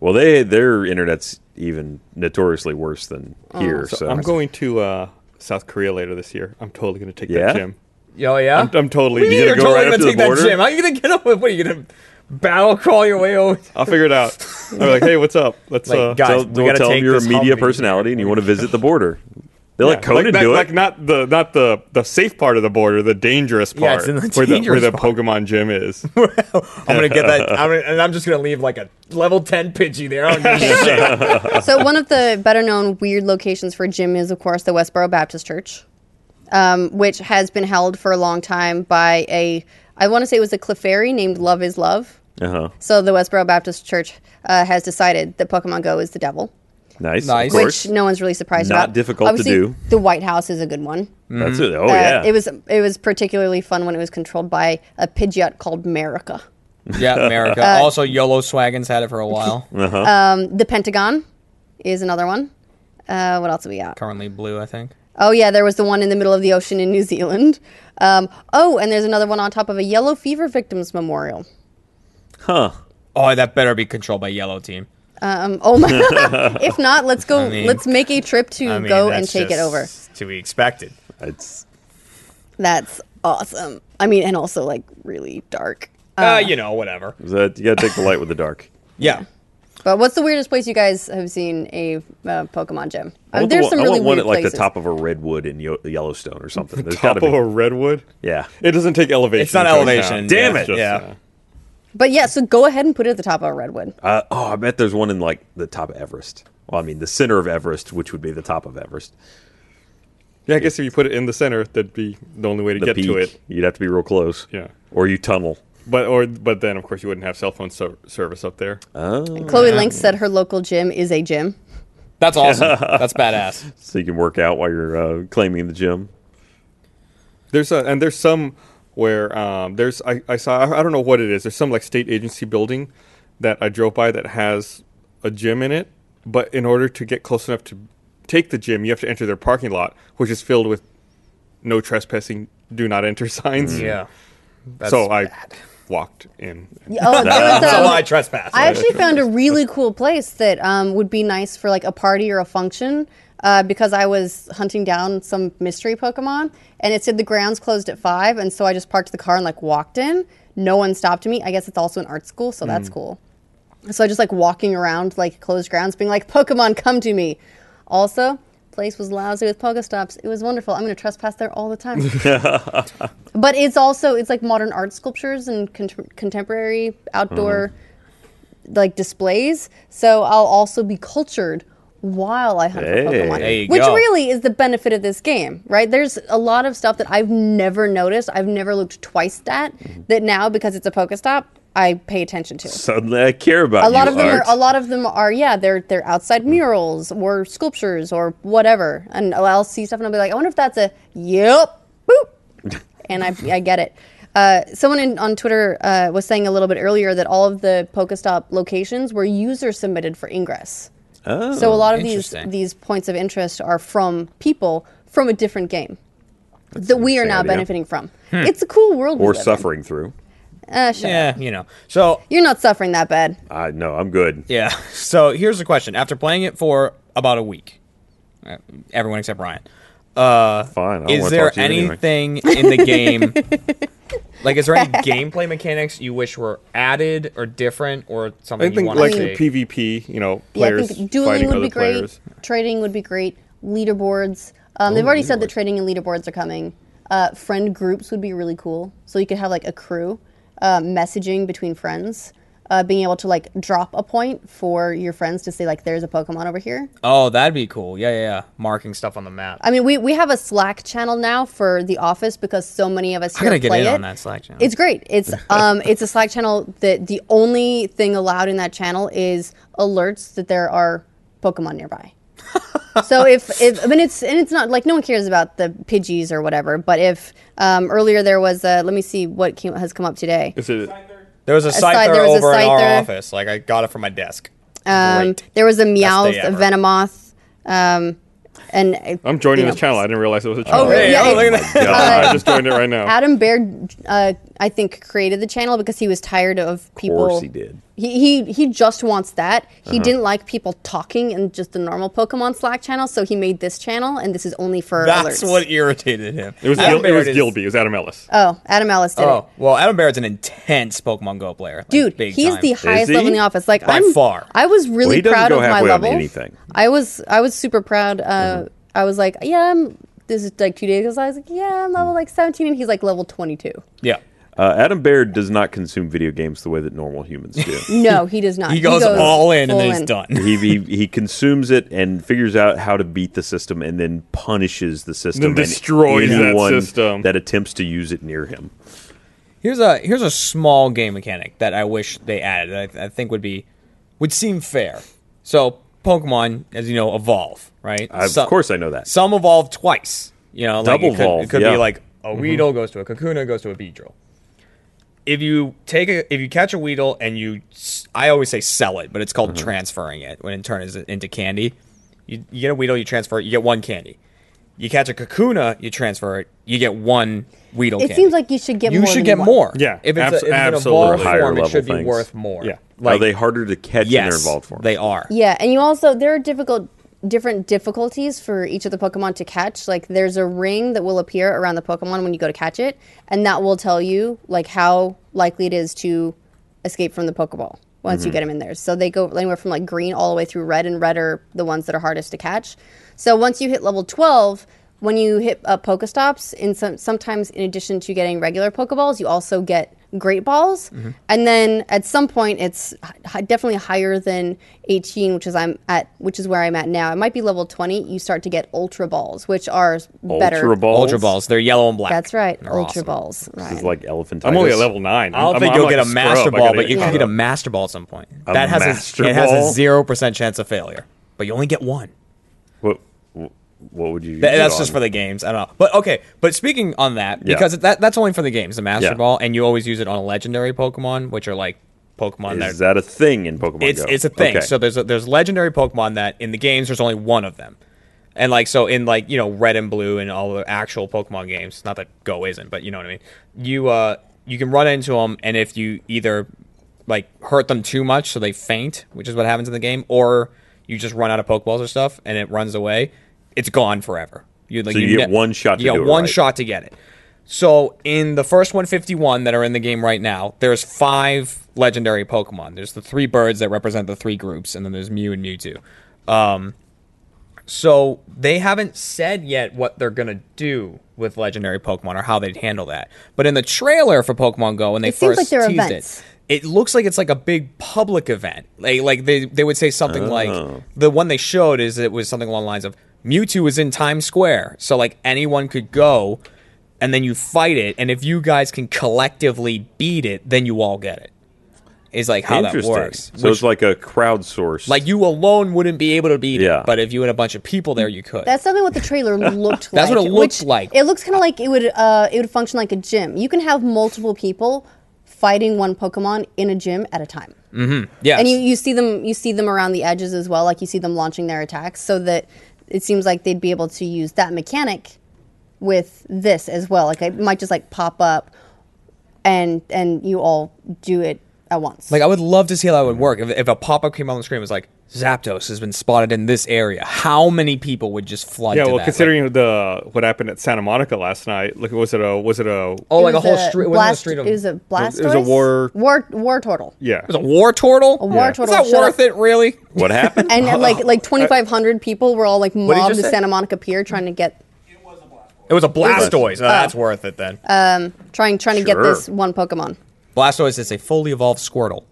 Speaker 2: Well, they their internet's even notoriously worse than
Speaker 3: Oh,
Speaker 2: here. So,
Speaker 1: I'm going to uh, South Korea later this year. I'm totally going to take
Speaker 2: Yeah?
Speaker 1: that gym.
Speaker 4: Oh yeah.
Speaker 1: I'm, I'm totally.
Speaker 2: You gonna
Speaker 4: You're
Speaker 2: go
Speaker 4: totally
Speaker 2: right
Speaker 4: gonna
Speaker 2: up to
Speaker 4: take
Speaker 2: the
Speaker 4: that
Speaker 2: border?
Speaker 4: gym. How are you gonna get up with? What are you gonna battle crawl your way over?
Speaker 1: I'll figure it out. I'm like, hey, what's up? Let's
Speaker 4: Like,
Speaker 1: uh,
Speaker 4: guys,
Speaker 2: tell,
Speaker 4: we
Speaker 2: don't
Speaker 4: gotta
Speaker 2: tell
Speaker 4: take
Speaker 2: them you're a
Speaker 4: this home
Speaker 2: media
Speaker 4: meeting.
Speaker 2: personality and you want to visit the border. They let
Speaker 1: Yeah, like
Speaker 2: Conan
Speaker 1: that-
Speaker 2: do it.
Speaker 1: Like not the not the the safe part of the border, the dangerous part.
Speaker 4: Yeah, it's in the
Speaker 1: where
Speaker 4: dangerous
Speaker 1: the, where the Pokemon gym is.
Speaker 4: I'm gonna get that, I'm gonna, and I'm just gonna leave like a level ten Pidgey there. I don't give a shit.
Speaker 3: so one of the better known weird locations for a gym is, of course, the Westboro Baptist Church, um, which has been held for a long time by a I want to say it was a Clefairy named Love Is Love.
Speaker 2: Uh huh.
Speaker 3: So the Westboro Baptist Church uh, has decided that Pokemon Go is the devil.
Speaker 2: Nice.
Speaker 4: Nice.
Speaker 2: Of course.
Speaker 3: which no one's really surprised
Speaker 2: Not
Speaker 3: about.
Speaker 2: difficult to
Speaker 3: Obviously,
Speaker 2: do.
Speaker 3: The White House is a good one.
Speaker 2: That's it. Oh
Speaker 3: Uh,
Speaker 2: yeah.
Speaker 3: It was it was particularly fun when it was controlled by a Pidgeot called Merica.
Speaker 4: yeah, America.
Speaker 3: Uh,
Speaker 4: also, Yolo Swaggins had it for a while.
Speaker 3: Um, the Pentagon is another one. Uh, what else have we got?
Speaker 4: Currently blue, I think.
Speaker 3: Oh yeah, there was the one in the middle of the ocean in New Zealand. Um, oh, and there's another one on top of a yellow fever victims memorial.
Speaker 2: huh.
Speaker 4: Oh, that better be controlled by Yellow Team.
Speaker 3: Um, oh my! if not, let's go.
Speaker 4: mean-
Speaker 3: let's make a trip to
Speaker 4: I mean,
Speaker 3: go
Speaker 4: that's
Speaker 3: and take it
Speaker 4: just
Speaker 3: over.
Speaker 4: To be expected.
Speaker 2: It's
Speaker 3: That's awesome. I mean, and also like really dark.
Speaker 4: Uh, you know, whatever.
Speaker 2: is that you got to take the light with the dark.
Speaker 4: Yeah.
Speaker 3: But what's the weirdest place you guys have seen a uh, Pokemon gym?
Speaker 2: I
Speaker 3: Uh,
Speaker 2: want, the
Speaker 3: there's
Speaker 2: one,
Speaker 3: some
Speaker 2: I
Speaker 3: really
Speaker 2: want one
Speaker 3: weird
Speaker 2: at like
Speaker 3: places.
Speaker 2: the top of a redwood in Yo- Yellowstone or something. There's got
Speaker 1: top
Speaker 2: to be.
Speaker 1: of a redwood.
Speaker 2: yeah.
Speaker 1: It doesn't take elevation.
Speaker 4: It's not
Speaker 1: into
Speaker 4: elevation,
Speaker 1: account.
Speaker 4: Damn
Speaker 2: yeah. it.
Speaker 1: It's just,
Speaker 4: Yeah.
Speaker 1: uh,
Speaker 3: But yeah, so go ahead and put it at the top of a redwood.
Speaker 2: Uh, oh, I bet there's one in like the top of Everest. Well, I mean the center of Everest, which would be the top of Everest.
Speaker 1: yeah, I guess if you put it in the center, that'd be the only way to
Speaker 2: The
Speaker 1: get
Speaker 2: peak.
Speaker 1: to it.
Speaker 2: You'd have to be real close.
Speaker 1: Yeah.
Speaker 2: Or you tunnel.
Speaker 1: But or but then of course you wouldn't have cell phone ser- service up there.
Speaker 2: Oh.
Speaker 3: Chloe Link said her local gym is a gym.
Speaker 4: That's awesome. That's badass.
Speaker 2: So you can work out while you're uh, claiming the gym.
Speaker 1: There's a, and there's some where um, there's I, I saw I, I don't know what it is. There's some like state agency building that I drove by that has a gym in it, but in order to get close enough to take the gym, you have to enter their parking lot, which is filled with no trespassing, do not enter signs.
Speaker 4: Yeah. That's
Speaker 1: so I walked in.
Speaker 3: Yeah, Oh, there was
Speaker 4: so
Speaker 3: um,
Speaker 4: I trespass.
Speaker 3: I actually found a really cool place that um, would be nice for like a party or a function uh, because I was hunting down some mystery Pokemon and it said the grounds closed at five, and so I just parked the car and like walked in. No one stopped me. I guess it's also an art school, so that's cool. So I just like walking around like closed grounds, being like, "Pokemon, come to me." Also, place was lousy with Pokestops. It was wonderful. I'm gonna trespass there all the time. but it's also it's like modern art sculptures and cont- contemporary outdoor like displays. So I'll also be cultured while I hunt for
Speaker 2: Hey.
Speaker 3: Pokemon,
Speaker 2: There
Speaker 4: you
Speaker 3: which
Speaker 4: go.
Speaker 3: really is the benefit of this game, right? There's a lot of stuff that I've never noticed. I've never looked twice at that now because it's a Pokestop. I pay attention to
Speaker 2: Suddenly I care about
Speaker 3: a lot
Speaker 2: you,
Speaker 3: of them
Speaker 2: Art. Hmm.
Speaker 3: are a lot of them are yeah they're they're outside murals or sculptures or whatever and i'll see stuff and i'll be like i wonder if that's a yep boop and i, I get it uh, someone in, on twitter uh, was saying a little bit earlier that all of the pokestop locations were user submitted for ingress
Speaker 2: Oh.
Speaker 3: so a lot of these
Speaker 4: interesting.
Speaker 3: these points of interest are from people from a different game that we are
Speaker 2: interesting
Speaker 3: now
Speaker 2: idea. Hmm.
Speaker 3: benefiting from it's a cool world we
Speaker 2: or
Speaker 3: live in.
Speaker 2: suffering through.
Speaker 3: uh, sure.
Speaker 4: Yeah, you know. So
Speaker 3: you're not suffering that bad
Speaker 2: I no, I'm good.
Speaker 4: Yeah. So here's the question: After playing it for about a week, uh, everyone except Ryan, uh,
Speaker 2: Fine. I don't
Speaker 4: is
Speaker 2: wanna
Speaker 4: there
Speaker 2: talk to you anyway.
Speaker 4: anything in the game? like, is there any gameplay mechanics you wish were added or different or something
Speaker 1: I
Speaker 4: you
Speaker 1: think
Speaker 4: want
Speaker 1: like
Speaker 4: to see?
Speaker 1: PvP, you know,
Speaker 3: Yeah,
Speaker 1: players
Speaker 3: I think dueling
Speaker 1: fighting
Speaker 3: would
Speaker 1: other
Speaker 3: be great.
Speaker 1: players.
Speaker 3: Trading would be great. Leaderboards. Um, they've already said that
Speaker 2: leaderboards.
Speaker 3: trading and leaderboards are coming. Uh, friend groups would be really cool. So you could have like a crew uh, messaging between friends. uh, being able to like drop a point for your friends to say like there's a Pokemon over here.
Speaker 4: Oh, that'd be cool. Yeah, yeah, yeah. Marking stuff on the map.
Speaker 3: I mean, we, we have a Slack channel now for the office because so many of us
Speaker 4: I
Speaker 3: here
Speaker 4: gotta get
Speaker 3: play
Speaker 4: in
Speaker 3: it.
Speaker 4: on that Slack channel.
Speaker 3: It's great. It's um it's a Slack channel that the only thing allowed in that channel is alerts that there are Pokemon nearby. so if, if I mean it's and it's not like no one cares about the Pidgeys or whatever, but if um, earlier there was a let me see what came, has come up today.
Speaker 1: Is it?
Speaker 4: there was a
Speaker 3: scyther,
Speaker 4: scyther
Speaker 3: there was a
Speaker 4: over in our
Speaker 3: scyther.
Speaker 4: office. Like I got it from my desk.
Speaker 3: Um,
Speaker 4: Great.
Speaker 3: there was a Meowth,
Speaker 4: day
Speaker 3: a
Speaker 4: ever.
Speaker 3: Venomoth, um, and uh,
Speaker 1: I'm joining
Speaker 3: you
Speaker 1: this
Speaker 3: know,
Speaker 1: channel. I didn't realize it was a channel.
Speaker 3: really?
Speaker 4: Hey,
Speaker 3: Yeah,
Speaker 4: oh,
Speaker 3: it-
Speaker 4: look at that.
Speaker 1: God, I just joined it right now.
Speaker 3: Adam Baird, uh, I think, created the channel because he was tired of people.
Speaker 2: course he did.
Speaker 3: He he, he just wants that. He
Speaker 4: Uh-huh.
Speaker 3: didn't like people talking in just the normal Pokemon Slack channel, so he made this channel, and this is only for
Speaker 4: That's
Speaker 3: alerts.
Speaker 4: what irritated him.
Speaker 1: It was, Gil-
Speaker 4: Adam
Speaker 1: it was
Speaker 4: Barrett is-
Speaker 1: Gilby. It was Adam Ellis.
Speaker 3: oh, Adam Ellis did it.
Speaker 4: Oh well, Adam Barrett's an intense Pokemon Go player. Like,
Speaker 3: Dude,
Speaker 4: big
Speaker 3: he's
Speaker 4: time.
Speaker 3: the highest
Speaker 2: he?
Speaker 3: level in the office. Like
Speaker 4: By
Speaker 3: I'm,
Speaker 4: far.
Speaker 3: I was really
Speaker 2: Well, he doesn't
Speaker 3: proud
Speaker 2: go
Speaker 3: of my
Speaker 2: halfway on
Speaker 3: level.
Speaker 2: anything.
Speaker 3: I was I was super proud. Uh,
Speaker 4: Mm-hmm.
Speaker 3: I was like, yeah, I'm. This is like two days ago. So I was like, yeah, I'm level like 17, and he's like level 22.
Speaker 4: yeah.
Speaker 2: Uh, Adam Baird does not consume video games the way that normal humans do.
Speaker 3: No, he does not.
Speaker 4: He goes, all in and
Speaker 3: full
Speaker 4: then he's done.
Speaker 2: he, he he consumes it and figures out how to beat the system and then punishes the system and
Speaker 1: destroys that
Speaker 2: anyone
Speaker 1: system.
Speaker 2: that attempts to use it near him.
Speaker 4: Here's a here's a small game mechanic that I wish they added. that I, th- I think would be would seem fair. So Pokemon, as you know, evolve right.
Speaker 2: Of course I know that.
Speaker 4: Some evolve twice. You know, like
Speaker 2: Double
Speaker 4: it could,
Speaker 2: evolve,
Speaker 4: It could
Speaker 2: yeah. Mm-hmm.
Speaker 4: be like a Weedle goes to a Kakuna goes to a Beedrill. If you take a if you catch a Weedle and you, s- I always say sell it, but it's
Speaker 2: Mm-hmm.
Speaker 4: called transferring it when it turns it into candy. You, you get a Weedle, you transfer it, you get one candy. You catch a Kakuna, you transfer it, you get one Weedle.
Speaker 3: It
Speaker 4: candy
Speaker 3: seems like you should get
Speaker 4: you
Speaker 3: more.
Speaker 4: should
Speaker 3: than
Speaker 4: get
Speaker 3: one.
Speaker 4: more.
Speaker 1: Yeah,
Speaker 4: if it's,
Speaker 1: abs-
Speaker 4: a, if it's an
Speaker 1: absolutely.
Speaker 4: evolved
Speaker 2: Higher
Speaker 4: form, it
Speaker 2: level
Speaker 4: should be
Speaker 2: things.
Speaker 4: worth more.
Speaker 1: Yeah.
Speaker 2: Are they harder to catch in
Speaker 4: yes,
Speaker 2: their evolved form?
Speaker 4: They are.
Speaker 3: Yeah, and you also there are difficult different difficulties for each of the Pokemon to catch. Like there's a ring that will appear around the Pokemon when you go to catch it, and that will tell you like how likely it is to escape from the Pokeball once you get them in there. So they go anywhere from like green all the way through red, and red are the ones that are hardest to catch. So once you hit level twelve. When you hit uh, Pokestops, in some sometimes in addition to getting regular Pokeballs, you also get great balls
Speaker 4: Mm-hmm.
Speaker 3: and then at some point it's h- definitely higher than 18 which is i'm at which is where i'm at now it might be level 20 you start to get ultra balls which are s- better
Speaker 2: Ultra balls.
Speaker 4: Ultra balls. They're yellow and black.
Speaker 3: that's right
Speaker 4: They're
Speaker 3: ultra
Speaker 4: awesome.
Speaker 3: balls right
Speaker 2: This is like elephant.
Speaker 1: I'm only at level nine.
Speaker 4: I don't
Speaker 1: I'm-
Speaker 4: think
Speaker 1: I'm
Speaker 4: you'll
Speaker 1: like
Speaker 4: get a
Speaker 1: scrub.
Speaker 4: master
Speaker 1: I
Speaker 4: ball,
Speaker 1: gotta
Speaker 4: but you
Speaker 1: get
Speaker 4: can
Speaker 1: caught
Speaker 4: get a
Speaker 1: up.
Speaker 4: master ball at some point. that has
Speaker 2: master
Speaker 4: a, it has a
Speaker 2: ball?
Speaker 4: zero percent chance of failure, but you only get one.
Speaker 2: What, what would you?
Speaker 4: Th-
Speaker 2: use it
Speaker 4: that's
Speaker 2: on?
Speaker 4: just for the games. I don't know. But okay. But speaking on that,
Speaker 2: Yeah.
Speaker 4: because that that's only for the games, the master
Speaker 2: Yeah.
Speaker 4: ball, and you always use it on a legendary Pokemon, which are like Pokemon that
Speaker 2: Is that a thing in Pokemon
Speaker 4: it's
Speaker 2: Go?
Speaker 4: it's a thing.
Speaker 2: Okay.
Speaker 4: So there's a, there's legendary Pokemon that in the games there's only one of them, and like so in like you know Red and Blue and all the actual Pokemon games. Not that Go isn't, but you know what I mean. You uh you can run into them, and if you either like hurt them too much so they faint, which is what happens in the game, or you just run out of Pokeballs or stuff and it runs away, it's gone forever. You like
Speaker 2: So you get one shot to
Speaker 4: you
Speaker 2: do
Speaker 4: get
Speaker 2: it
Speaker 4: one
Speaker 2: right.
Speaker 4: shot to get it. So in the first 151 that are in the game right now, there's five legendary Pokemon. There's the three birds that represent the three groups, and then there's Mew and Mewtwo. Um, so they haven't said yet what they're gonna do with legendary Pokemon or how they'd handle that. But in the trailer for Pokemon Go, when they
Speaker 3: It seems
Speaker 4: first
Speaker 3: like they're
Speaker 4: teased
Speaker 3: events.
Speaker 4: it, it looks like it's like a big public event. Like like they they would say something
Speaker 2: Oh.
Speaker 4: like the one they showed is it was something along the lines of Mewtwo is in Times Square, so like anyone could go, and then you fight it, and if you guys can collectively beat it, then you all get it. Is like how that
Speaker 2: Interesting.
Speaker 4: works.
Speaker 2: So it's like a crowdsource.
Speaker 4: Like you alone wouldn't be able to beat
Speaker 2: Yeah.
Speaker 4: it, but if you and a bunch of people there, you could.
Speaker 3: That's something what the trailer looked like.
Speaker 4: That's what it looked
Speaker 3: which-
Speaker 4: like.
Speaker 3: It looks kind of like it would uh, it would function like a gym. You can have multiple people fighting one Pokemon in a gym at a time.
Speaker 4: yes.
Speaker 3: And you, you see them you see them around the edges as well, like you see them launching their attacks, so that it seems like they'd be able to use that mechanic with this as well. Like it might just like pop up and and you all do it at once.
Speaker 4: Like I would love to see how that would work. If, if a pop up came on the screen, it was like Zapdos has been spotted in this area. How many people would just flood?
Speaker 1: Yeah,
Speaker 4: to
Speaker 1: well,
Speaker 4: that?
Speaker 1: considering the what happened at Santa Monica last night, like was it a was it a
Speaker 4: like, oh, like
Speaker 3: It
Speaker 4: a
Speaker 3: was
Speaker 4: whole street. It wasn't a
Speaker 3: blast,
Speaker 4: street of.
Speaker 3: it was a blast.
Speaker 1: it was a war-
Speaker 3: war war turtle.
Speaker 1: yeah?
Speaker 4: it was a war turtle.
Speaker 3: A war turtle
Speaker 4: Is
Speaker 3: showed
Speaker 4: that worth
Speaker 3: up.
Speaker 4: it? Really?
Speaker 2: what happened?
Speaker 3: And uh, like like twenty five hundred people were all like
Speaker 4: did you
Speaker 3: mobbed
Speaker 4: just
Speaker 3: to
Speaker 4: say?
Speaker 3: Santa Monica Pier trying to get
Speaker 4: It was a Blastoise. Ah, that's worth it
Speaker 3: Uh,
Speaker 4: then.
Speaker 3: trying trying to get
Speaker 2: Sure.
Speaker 3: this one Pokemon.
Speaker 4: Blastoise is a fully evolved Squirtle.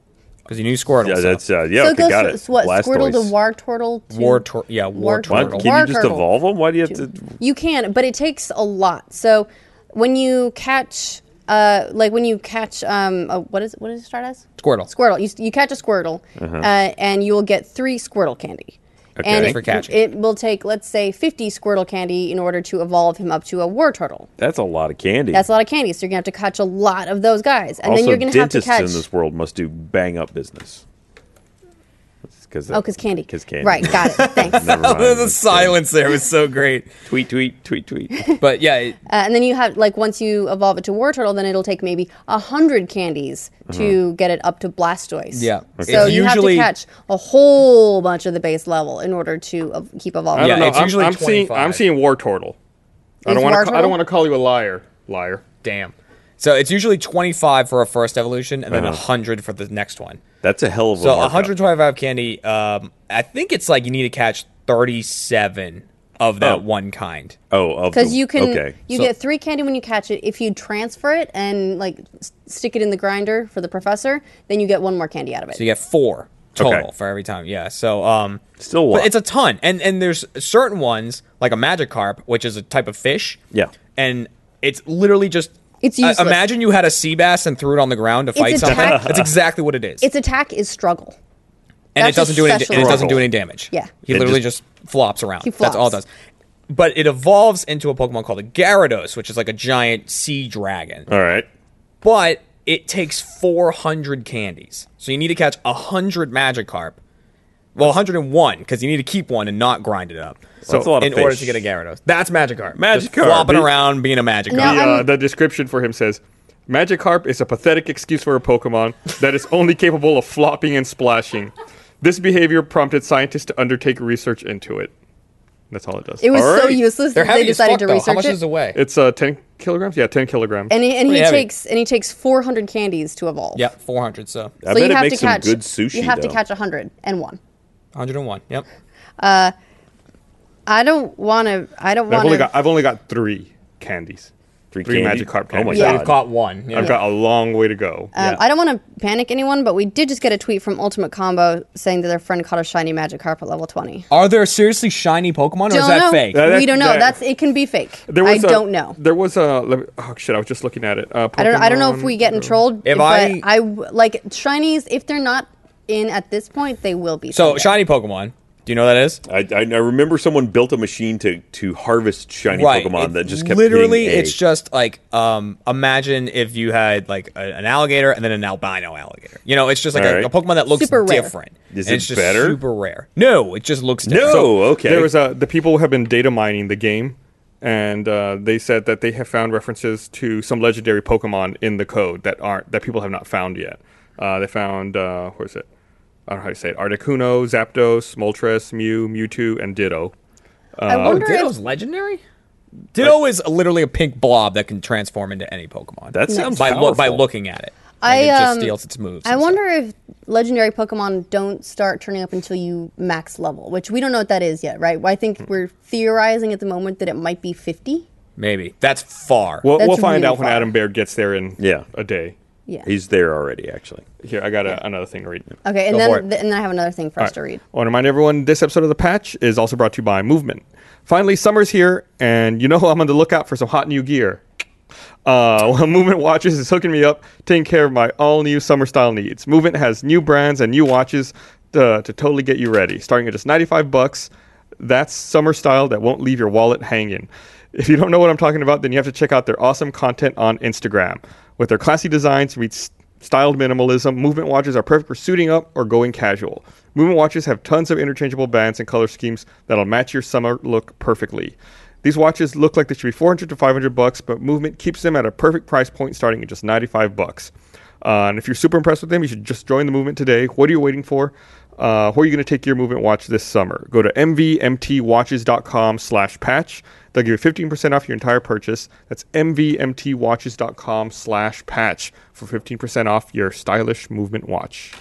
Speaker 4: because you knew Squirtle.
Speaker 2: Yeah,
Speaker 4: so.
Speaker 2: that's uh, yeah.
Speaker 3: so it
Speaker 2: okay,
Speaker 3: goes
Speaker 2: got
Speaker 3: from
Speaker 2: it.
Speaker 3: s- what Squirtle to
Speaker 2: Blastoise.
Speaker 3: War Turtle to
Speaker 4: War Tur- yeah, War
Speaker 3: War
Speaker 2: Why-
Speaker 4: Turtle.
Speaker 3: Turtle.
Speaker 2: Can you just
Speaker 3: Turtle.
Speaker 2: evolve them? Why do you have to?
Speaker 3: You can, but it takes a lot. So when you catch, uh, like when you catch, um, a, what is what does it start as?
Speaker 4: Squirtle.
Speaker 3: Squirtle. You, you catch a Squirtle, uh and you will get three Squirtle candy.
Speaker 2: Uh-huh. Okay.
Speaker 3: And
Speaker 2: Thanks
Speaker 3: it,
Speaker 4: for catching.
Speaker 3: it will take, let's say, 50 Squirtle candy in order to evolve him up to a War Turtle.
Speaker 2: That's a lot of candy.
Speaker 3: That's a lot of candy, so you're gonna have to catch a lot of those guys, and
Speaker 2: also,
Speaker 3: then you're gonna have to
Speaker 2: dentists
Speaker 3: catch.
Speaker 2: in this world must do bang up business. Because
Speaker 3: Oh, because candy.
Speaker 2: Because candy.
Speaker 3: Right, got it. Thanks.
Speaker 2: Never mind.
Speaker 4: the
Speaker 2: That's
Speaker 4: silence there was so great.
Speaker 2: good. Tweet, tweet, tweet, tweet.
Speaker 4: But yeah, it,
Speaker 3: Uh, and then you have like once you evolve it to War Turtle, then it'll take maybe a hundred candies to
Speaker 2: Mm-hmm.
Speaker 3: get it up to Blastoise.
Speaker 4: Yeah. Okay.
Speaker 3: So
Speaker 4: It's
Speaker 3: you
Speaker 4: usually-
Speaker 3: have to catch a whole bunch of the base level in order to uh, keep evolving.
Speaker 1: I don't
Speaker 4: Yeah,
Speaker 1: know.
Speaker 4: it's
Speaker 1: I'm,
Speaker 4: usually
Speaker 1: I'm seeing.
Speaker 4: 25.
Speaker 1: I'm seeing War Turtle. I
Speaker 3: Is
Speaker 1: don't want
Speaker 3: War
Speaker 1: to. I
Speaker 3: Turtle-
Speaker 1: don't want to call you a liar. Liar.
Speaker 4: damn. So it's usually 25 for a first evolution and then a 100 for the next one.
Speaker 2: That's a hell of a
Speaker 4: So
Speaker 2: markup.
Speaker 4: 125 candy, um, I think it's like you need to catch 37 of that
Speaker 2: Oh.
Speaker 4: one kind.
Speaker 2: Oh, of
Speaker 3: Because
Speaker 2: the-
Speaker 3: you can,
Speaker 2: Okay.
Speaker 3: you
Speaker 4: So-
Speaker 3: get three candy when you catch it. If you transfer it and like s- stick it in the grinder for the professor, then you get one more candy out of it.
Speaker 4: So you get four total
Speaker 2: Okay.
Speaker 4: for every time. Yeah. So um
Speaker 2: Still a
Speaker 4: but
Speaker 2: lot.
Speaker 4: it's a ton. And and there's certain ones like a magikarp, which is a type of fish.
Speaker 2: Yeah.
Speaker 4: And it's literally just
Speaker 3: It's
Speaker 4: I-
Speaker 3: useless.
Speaker 4: imagine you had a sea bass and threw it on the ground to fight something.
Speaker 3: attack-
Speaker 4: That's exactly what it is.
Speaker 3: its attack is struggle.
Speaker 4: and it
Speaker 3: that's
Speaker 4: doesn't
Speaker 3: a
Speaker 4: do any
Speaker 3: special
Speaker 4: and it doesn't
Speaker 2: role.
Speaker 4: do any damage.
Speaker 3: Yeah.
Speaker 4: He
Speaker 2: It
Speaker 4: literally just,
Speaker 2: just-
Speaker 4: flops around.
Speaker 3: He
Speaker 4: That's all it does.
Speaker 3: flops.
Speaker 4: But it evolves into a Pokemon called a Gyarados, which is like a giant sea dragon.
Speaker 2: All right.
Speaker 4: but it takes 400 candies. So you need to catch 100 Magikarp. Well, 101, because you need to keep one and not grind it up. So
Speaker 2: that's a lot of
Speaker 4: in order
Speaker 2: fish.
Speaker 4: to get a Gyarados. That's Magikarp. Just
Speaker 2: Magikarp,
Speaker 4: flopping
Speaker 2: bitch.
Speaker 4: around being a Magikarp.
Speaker 3: Now
Speaker 1: the, uh,
Speaker 3: I'm-
Speaker 1: the description for him says Magikarp is a pathetic excuse for a Pokemon that is only capable of flopping and splashing. This behavior prompted scientists to undertake research into it. That's all it does.
Speaker 3: It was
Speaker 2: All
Speaker 3: so
Speaker 2: right.
Speaker 3: useless
Speaker 4: They're
Speaker 3: that they
Speaker 4: heavy as
Speaker 3: decided
Speaker 4: fuck,
Speaker 3: to
Speaker 4: though.
Speaker 3: research
Speaker 4: How much
Speaker 3: it.
Speaker 4: is the way?
Speaker 1: it's uh, 10 kilograms? Yeah, 10 kilograms.
Speaker 3: and he, and
Speaker 4: Pretty
Speaker 3: he
Speaker 4: heavy.
Speaker 3: takes and he takes 400 candies to evolve.
Speaker 4: yep, 400, so
Speaker 2: I
Speaker 3: so
Speaker 2: bet
Speaker 3: you
Speaker 2: it
Speaker 3: have
Speaker 2: makes
Speaker 3: to
Speaker 2: some
Speaker 3: catch
Speaker 2: good sushi.
Speaker 3: You have
Speaker 2: though.
Speaker 3: to catch 100 and one.
Speaker 4: 101, yep.
Speaker 3: I don't want to. I don't
Speaker 1: I've
Speaker 3: want
Speaker 1: only got
Speaker 3: to.
Speaker 1: I've only got three candies.
Speaker 2: three,
Speaker 1: Three
Speaker 2: candy?
Speaker 1: Magikarp
Speaker 2: Oh my
Speaker 1: candies.
Speaker 3: Yeah. Um,
Speaker 2: god.
Speaker 4: I've caught one. yeah.
Speaker 1: I've got a long way to go.
Speaker 4: yeah.
Speaker 3: uh, I don't want to panic anyone, but we did just get a tweet from Ultimate Combo saying that their friend caught a shiny Magikarp at level 20.
Speaker 4: Are there seriously shiny Pokemon, or Oh, is
Speaker 3: don't
Speaker 4: that
Speaker 3: know.
Speaker 4: fake?
Speaker 1: That-
Speaker 3: we don't know.
Speaker 1: that-
Speaker 3: That's it. Can be fake. I
Speaker 1: There was a-
Speaker 3: don't know.
Speaker 1: There was a let me- oh shit! I was just looking at it. Uh,
Speaker 3: I don't. I don't know if
Speaker 1: Pokemon-
Speaker 3: we getting trolled.
Speaker 4: If
Speaker 3: but
Speaker 4: I-
Speaker 3: I, w- like shinies, if they're not in at this point, they will be.
Speaker 4: so,
Speaker 3: someday.
Speaker 4: shiny Pokemon. Do you know what that is?
Speaker 2: I, I, I remember someone built a machine to to harvest shiny Pokemon
Speaker 4: it-
Speaker 2: that just kept
Speaker 4: literally.
Speaker 2: hitting A.
Speaker 4: It's just like um, imagine if you had like a, an alligator and then an albino alligator. You know, it's just like a,
Speaker 2: Alright.
Speaker 4: a Pokemon that looks
Speaker 3: Super rare.
Speaker 4: different.
Speaker 2: Is
Speaker 4: And
Speaker 2: it
Speaker 4: it's just
Speaker 2: better?
Speaker 4: Super rare. No, it just looks
Speaker 2: no.
Speaker 4: different.
Speaker 2: okay.
Speaker 1: There was a the people have been data mining the game, and uh, they said that they have found references to some legendary Pokemon in the code that aren't that people have not found yet. Uh, they found uh, where is it? I don't know how to say it. Articuno, Zapdos, Moltres, Mew, Mewtwo, and Ditto.
Speaker 3: I
Speaker 4: Oh,
Speaker 3: wonder
Speaker 4: Ditto's
Speaker 3: if
Speaker 4: legendary. Ditto is literally a pink blob that can transform into any Pokemon.
Speaker 2: That sounds
Speaker 4: by lo- by
Speaker 2: powerful.
Speaker 4: looking at it.
Speaker 3: I,
Speaker 4: And it just
Speaker 3: um,
Speaker 4: steals its moves.
Speaker 3: I
Speaker 4: and stuff.
Speaker 3: wonder if legendary Pokemon don't start turning up until you max level, which we don't know what that is yet, right? Well, I think we're theorizing at the moment that it might be 50.
Speaker 4: Maybe that's far.
Speaker 1: We'll,
Speaker 3: That's
Speaker 1: we'll find
Speaker 3: really
Speaker 1: out when
Speaker 3: far.
Speaker 1: Adam Baird gets there in
Speaker 2: Yeah.
Speaker 1: a day.
Speaker 3: Yeah.
Speaker 2: He's there already. Actually,
Speaker 1: Here, I got a, another thing to read.
Speaker 3: okay,
Speaker 4: Go
Speaker 3: and
Speaker 4: for
Speaker 3: then
Speaker 4: it.
Speaker 3: th- and then I have another thing for us to
Speaker 1: All right.
Speaker 3: read.
Speaker 1: I want to remind everyone this episode of The Patch is also brought to you by Movement. Finally, summer's here, and you know I'm on the lookout for some hot new gear. Uh, well, Movement Watches is hooking me up, taking care of my all new summer style needs. Movement has new brands and new watches uh, to, to totally get you ready, starting at just 95 bucks. That's summer style that won't leave your wallet hanging. If you don't know what I'm talking about, then you have to check out their awesome content on Instagram. With their classy designs meets styled minimalism, movement watches are perfect for suiting up or going casual. Movement watches have tons of interchangeable bands and color schemes that'll match your summer look perfectly. These watches look like they should be 400 to 500 bucks, but Movement keeps them at a perfect price point starting at just 95 bucks. Uh, and if you're super impressed with them, you should just join the movement today. What are you waiting for? Uh, where are you going to take your movement watch this summer? Go to mvmtwatches.com slash patch. They'll give you 15% off your entire purchase. That's mvmtwatches.com slash patch for 15% off your stylish movement watch.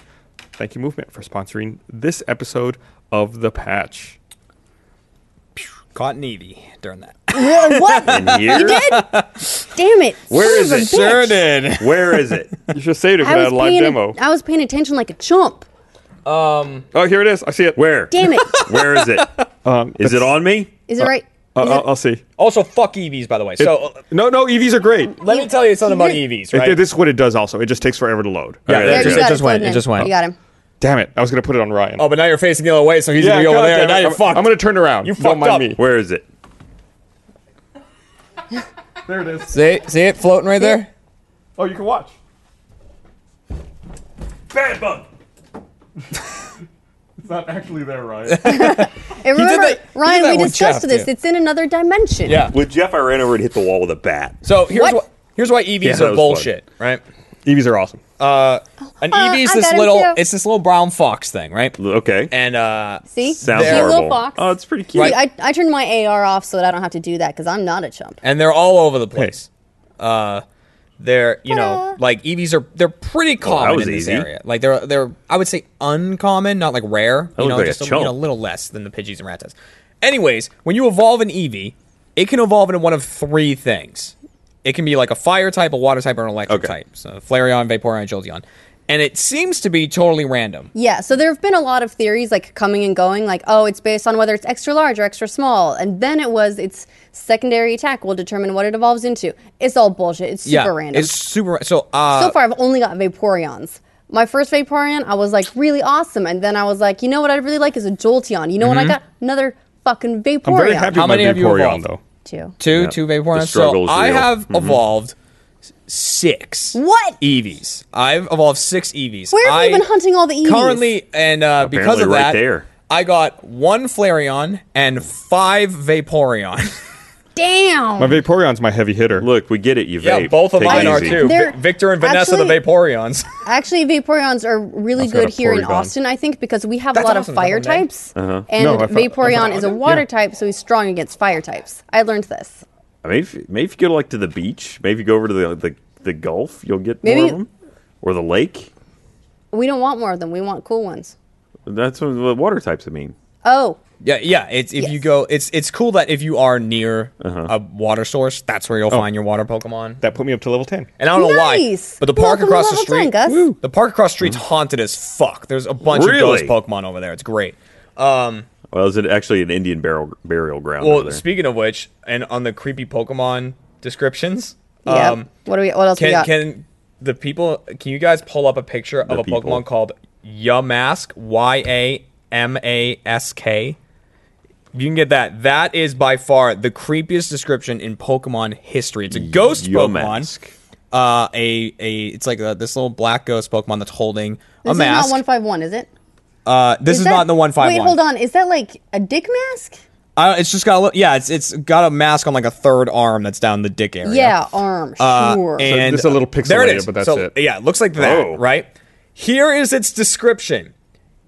Speaker 1: Thank you, Movement, for sponsoring this episode of The Patch.
Speaker 4: Caught needy during that.
Speaker 3: Really? What?
Speaker 2: Here?
Speaker 3: Damn it.
Speaker 2: Where
Speaker 3: Son
Speaker 2: is
Speaker 3: of a
Speaker 2: it?
Speaker 3: bitch.
Speaker 4: Sure did.
Speaker 2: Where is it?
Speaker 1: You should have saved it
Speaker 3: I
Speaker 1: for
Speaker 3: was,
Speaker 1: that live
Speaker 3: paying,
Speaker 1: demo.
Speaker 3: I was paying attention like a chump.
Speaker 1: oh, here it is. I see it.
Speaker 2: Where?
Speaker 3: Damn it.
Speaker 2: Where is it?
Speaker 1: Um,
Speaker 2: Is it on me?
Speaker 3: Is it right?
Speaker 1: Uh,
Speaker 3: is
Speaker 1: I'll,
Speaker 3: it-
Speaker 1: I'll see.
Speaker 4: Also, fuck EVs, by the way. So uh,
Speaker 1: No, no, EVs are great.
Speaker 4: let me tell you something about
Speaker 1: It-
Speaker 4: EVs, right?
Speaker 1: this is what it does. Also, it just takes forever to load.
Speaker 4: Yeah,
Speaker 1: Okay,
Speaker 4: yeah,
Speaker 3: there,
Speaker 1: that's
Speaker 3: you
Speaker 4: it
Speaker 1: good.
Speaker 3: got
Speaker 4: just went,
Speaker 3: floating
Speaker 4: it
Speaker 3: in.
Speaker 4: just went.
Speaker 3: You got him.
Speaker 1: Damn it! I was gonna put it on Ryan.
Speaker 4: oh, but now you're facing the other way, so he's
Speaker 1: yeah,
Speaker 4: gonna go
Speaker 1: God
Speaker 4: over there.
Speaker 1: damn
Speaker 4: Now
Speaker 1: it.
Speaker 4: you're
Speaker 1: I'm,
Speaker 4: fucked.
Speaker 1: I'm gonna turn around.
Speaker 4: You
Speaker 1: Don't
Speaker 4: fucked
Speaker 1: mind
Speaker 4: up.
Speaker 1: me.
Speaker 2: Where is it?
Speaker 1: There it is.
Speaker 4: see, see it floating right there.
Speaker 1: Oh, you can watch.
Speaker 2: Bad bug.
Speaker 1: It's not actually there, Ryan.
Speaker 3: And remember,
Speaker 4: that- he did that
Speaker 3: Ryan, we
Speaker 4: with
Speaker 3: discussed
Speaker 4: Jeff,
Speaker 3: this.
Speaker 4: too.
Speaker 3: It's in another dimension.
Speaker 4: Yeah.
Speaker 2: With Jeff, I ran over and hit the wall with a bat.
Speaker 4: So here's
Speaker 3: What?
Speaker 4: what here's why EVs
Speaker 2: Yeah, that
Speaker 4: are
Speaker 2: was
Speaker 4: bullshit, right?
Speaker 1: EVs E are awesome.
Speaker 4: An
Speaker 3: Uh,
Speaker 4: EV is
Speaker 3: I
Speaker 4: this
Speaker 3: got him
Speaker 4: little
Speaker 3: too.
Speaker 4: it's this little brown fox thing, right?
Speaker 2: Okay.
Speaker 4: And uh
Speaker 3: See?
Speaker 2: Sounds
Speaker 3: See,
Speaker 4: They're-
Speaker 2: horrible.
Speaker 3: little fox.
Speaker 2: Oh, it's pretty
Speaker 3: See,
Speaker 2: cute.
Speaker 3: I, I turned my AR off so that I don't have to do that because I'm not a chump.
Speaker 4: and they're all over the place. Uh they're you know
Speaker 3: Ta-da.
Speaker 4: like EVs are they're pretty common
Speaker 2: was
Speaker 4: in this
Speaker 2: easy.
Speaker 4: area. Like they're they're I would say uncommon, not like rare. you
Speaker 2: looked
Speaker 4: know,
Speaker 2: like a
Speaker 4: just a, you know,
Speaker 2: chump.
Speaker 4: little less than the Pidgeys and Rattatas. Anyways, when you evolve an EV, it can evolve into one of three things. It can be like a fire type, a water type, or an electric
Speaker 2: Okay.
Speaker 4: type. So Flareon, Vaporeon, Jolteon. And it seems to be totally random.
Speaker 3: Yeah, so there have been a lot of theories like coming and going, like, oh, it's based on whether it's extra large or extra small. And then it was its secondary attack will determine what it evolves into. It's all bullshit. It's super random.
Speaker 4: It's super ra- so uh
Speaker 3: so far, I've only got Vaporeons. My first Vaporeon, I was like, really awesome. And then I was like, you know what I really like is a Jolteon. You know what I got? Another fucking Vaporeon.
Speaker 1: I'm very happy
Speaker 4: How
Speaker 1: with my
Speaker 4: many have you
Speaker 1: Vaporeon
Speaker 4: evolved?
Speaker 1: though.
Speaker 3: Too.
Speaker 4: two
Speaker 2: Yeah.
Speaker 4: two
Speaker 2: The
Speaker 4: Vaporeon.
Speaker 2: struggle
Speaker 4: So
Speaker 2: is
Speaker 4: I
Speaker 2: real. Mm-hmm.
Speaker 4: have evolved six
Speaker 3: What?
Speaker 4: EVs. I've evolved six EVs.
Speaker 3: Where have you
Speaker 4: I
Speaker 3: been hunting E all the EVs?
Speaker 4: Currently, and uh, because
Speaker 2: Apparently
Speaker 4: of
Speaker 2: right
Speaker 4: that,
Speaker 2: there.
Speaker 4: I got one Flareon and five Vaporeon.
Speaker 3: Damn.
Speaker 1: My Vaporeon's my heavy hitter.
Speaker 2: Look, we get it. You
Speaker 4: yeah,
Speaker 2: vape.
Speaker 4: both of
Speaker 2: Take it
Speaker 4: mine are
Speaker 2: easy.
Speaker 4: too.
Speaker 3: They're-
Speaker 4: Vi- Victor and Vanessa,
Speaker 3: actually-
Speaker 4: the Vaporeons.
Speaker 3: Actually, Vaporeons are really
Speaker 1: I've got
Speaker 3: good
Speaker 1: a
Speaker 3: here in
Speaker 1: Porygon.
Speaker 3: Austin, I think, because we have
Speaker 4: That's
Speaker 3: a lot
Speaker 4: awesome, Uh-huh.
Speaker 3: of fire
Speaker 4: double name.
Speaker 3: types, and
Speaker 1: No, I thought-
Speaker 3: Vaporeon is a water
Speaker 1: yeah.
Speaker 3: type, so he's strong against fire types. I learned this.
Speaker 2: I mean, if, maybe if you go like to the beach, maybe if you go over to the the, the Gulf, you'll get more
Speaker 3: Maybe-
Speaker 2: of them, or the lake.
Speaker 3: We don't want more of them. We want cool ones.
Speaker 2: That's what the water types. I mean,
Speaker 3: Oh,
Speaker 4: yeah, yeah. It's if you
Speaker 3: Yes.
Speaker 4: go, it's it's cool that if you are near
Speaker 2: Uh-huh.
Speaker 4: a water source, that's where you'll
Speaker 2: Oh.
Speaker 4: find your water Pokemon.
Speaker 1: That put me up to level ten.
Speaker 4: And I don't know why,
Speaker 3: Nice.
Speaker 4: but the park
Speaker 3: Welcome to
Speaker 4: across the
Speaker 3: level
Speaker 4: street,
Speaker 3: 10, Gus. Woo.
Speaker 4: the park across the street's haunted as fuck. There's a bunch
Speaker 2: Really?
Speaker 4: of ghost Pokemon over there. It's great. Um,
Speaker 2: well, it's an, actually an Indian burial burial ground. over
Speaker 4: well,
Speaker 2: there.
Speaker 4: speaking of which, and on the creepy Pokemon descriptions,
Speaker 3: yeah.
Speaker 4: um,
Speaker 3: what do we? What else we
Speaker 4: can
Speaker 3: got?
Speaker 4: can the people? Can you guys pull up a picture of
Speaker 2: The
Speaker 4: a
Speaker 2: people.
Speaker 4: Pokemon called Yamask? Y A M A S K. You can get that. That is by far the creepiest description in Pokemon history. It's a ghost
Speaker 2: Yamask.
Speaker 4: Pokemon. Uh, a a it's like a, this little black ghost Pokemon that's holding a
Speaker 3: this is
Speaker 4: mask.
Speaker 3: not one five one, is it?
Speaker 4: uh, this is,
Speaker 3: that-
Speaker 4: not in the one five
Speaker 3: Wait, hold on. Is that like a dick mask?
Speaker 4: it's just got a little, yeah. It's it's got a mask on like a third arm that's down the dick area.
Speaker 3: Yeah, arm.
Speaker 4: Uh,
Speaker 3: Sure.
Speaker 4: and
Speaker 1: just a little
Speaker 4: there it
Speaker 1: pixelated,
Speaker 4: is.
Speaker 1: but that's
Speaker 4: So,
Speaker 1: it.
Speaker 4: Yeah, it looks like that,
Speaker 2: Oh.
Speaker 4: right? Here is its description.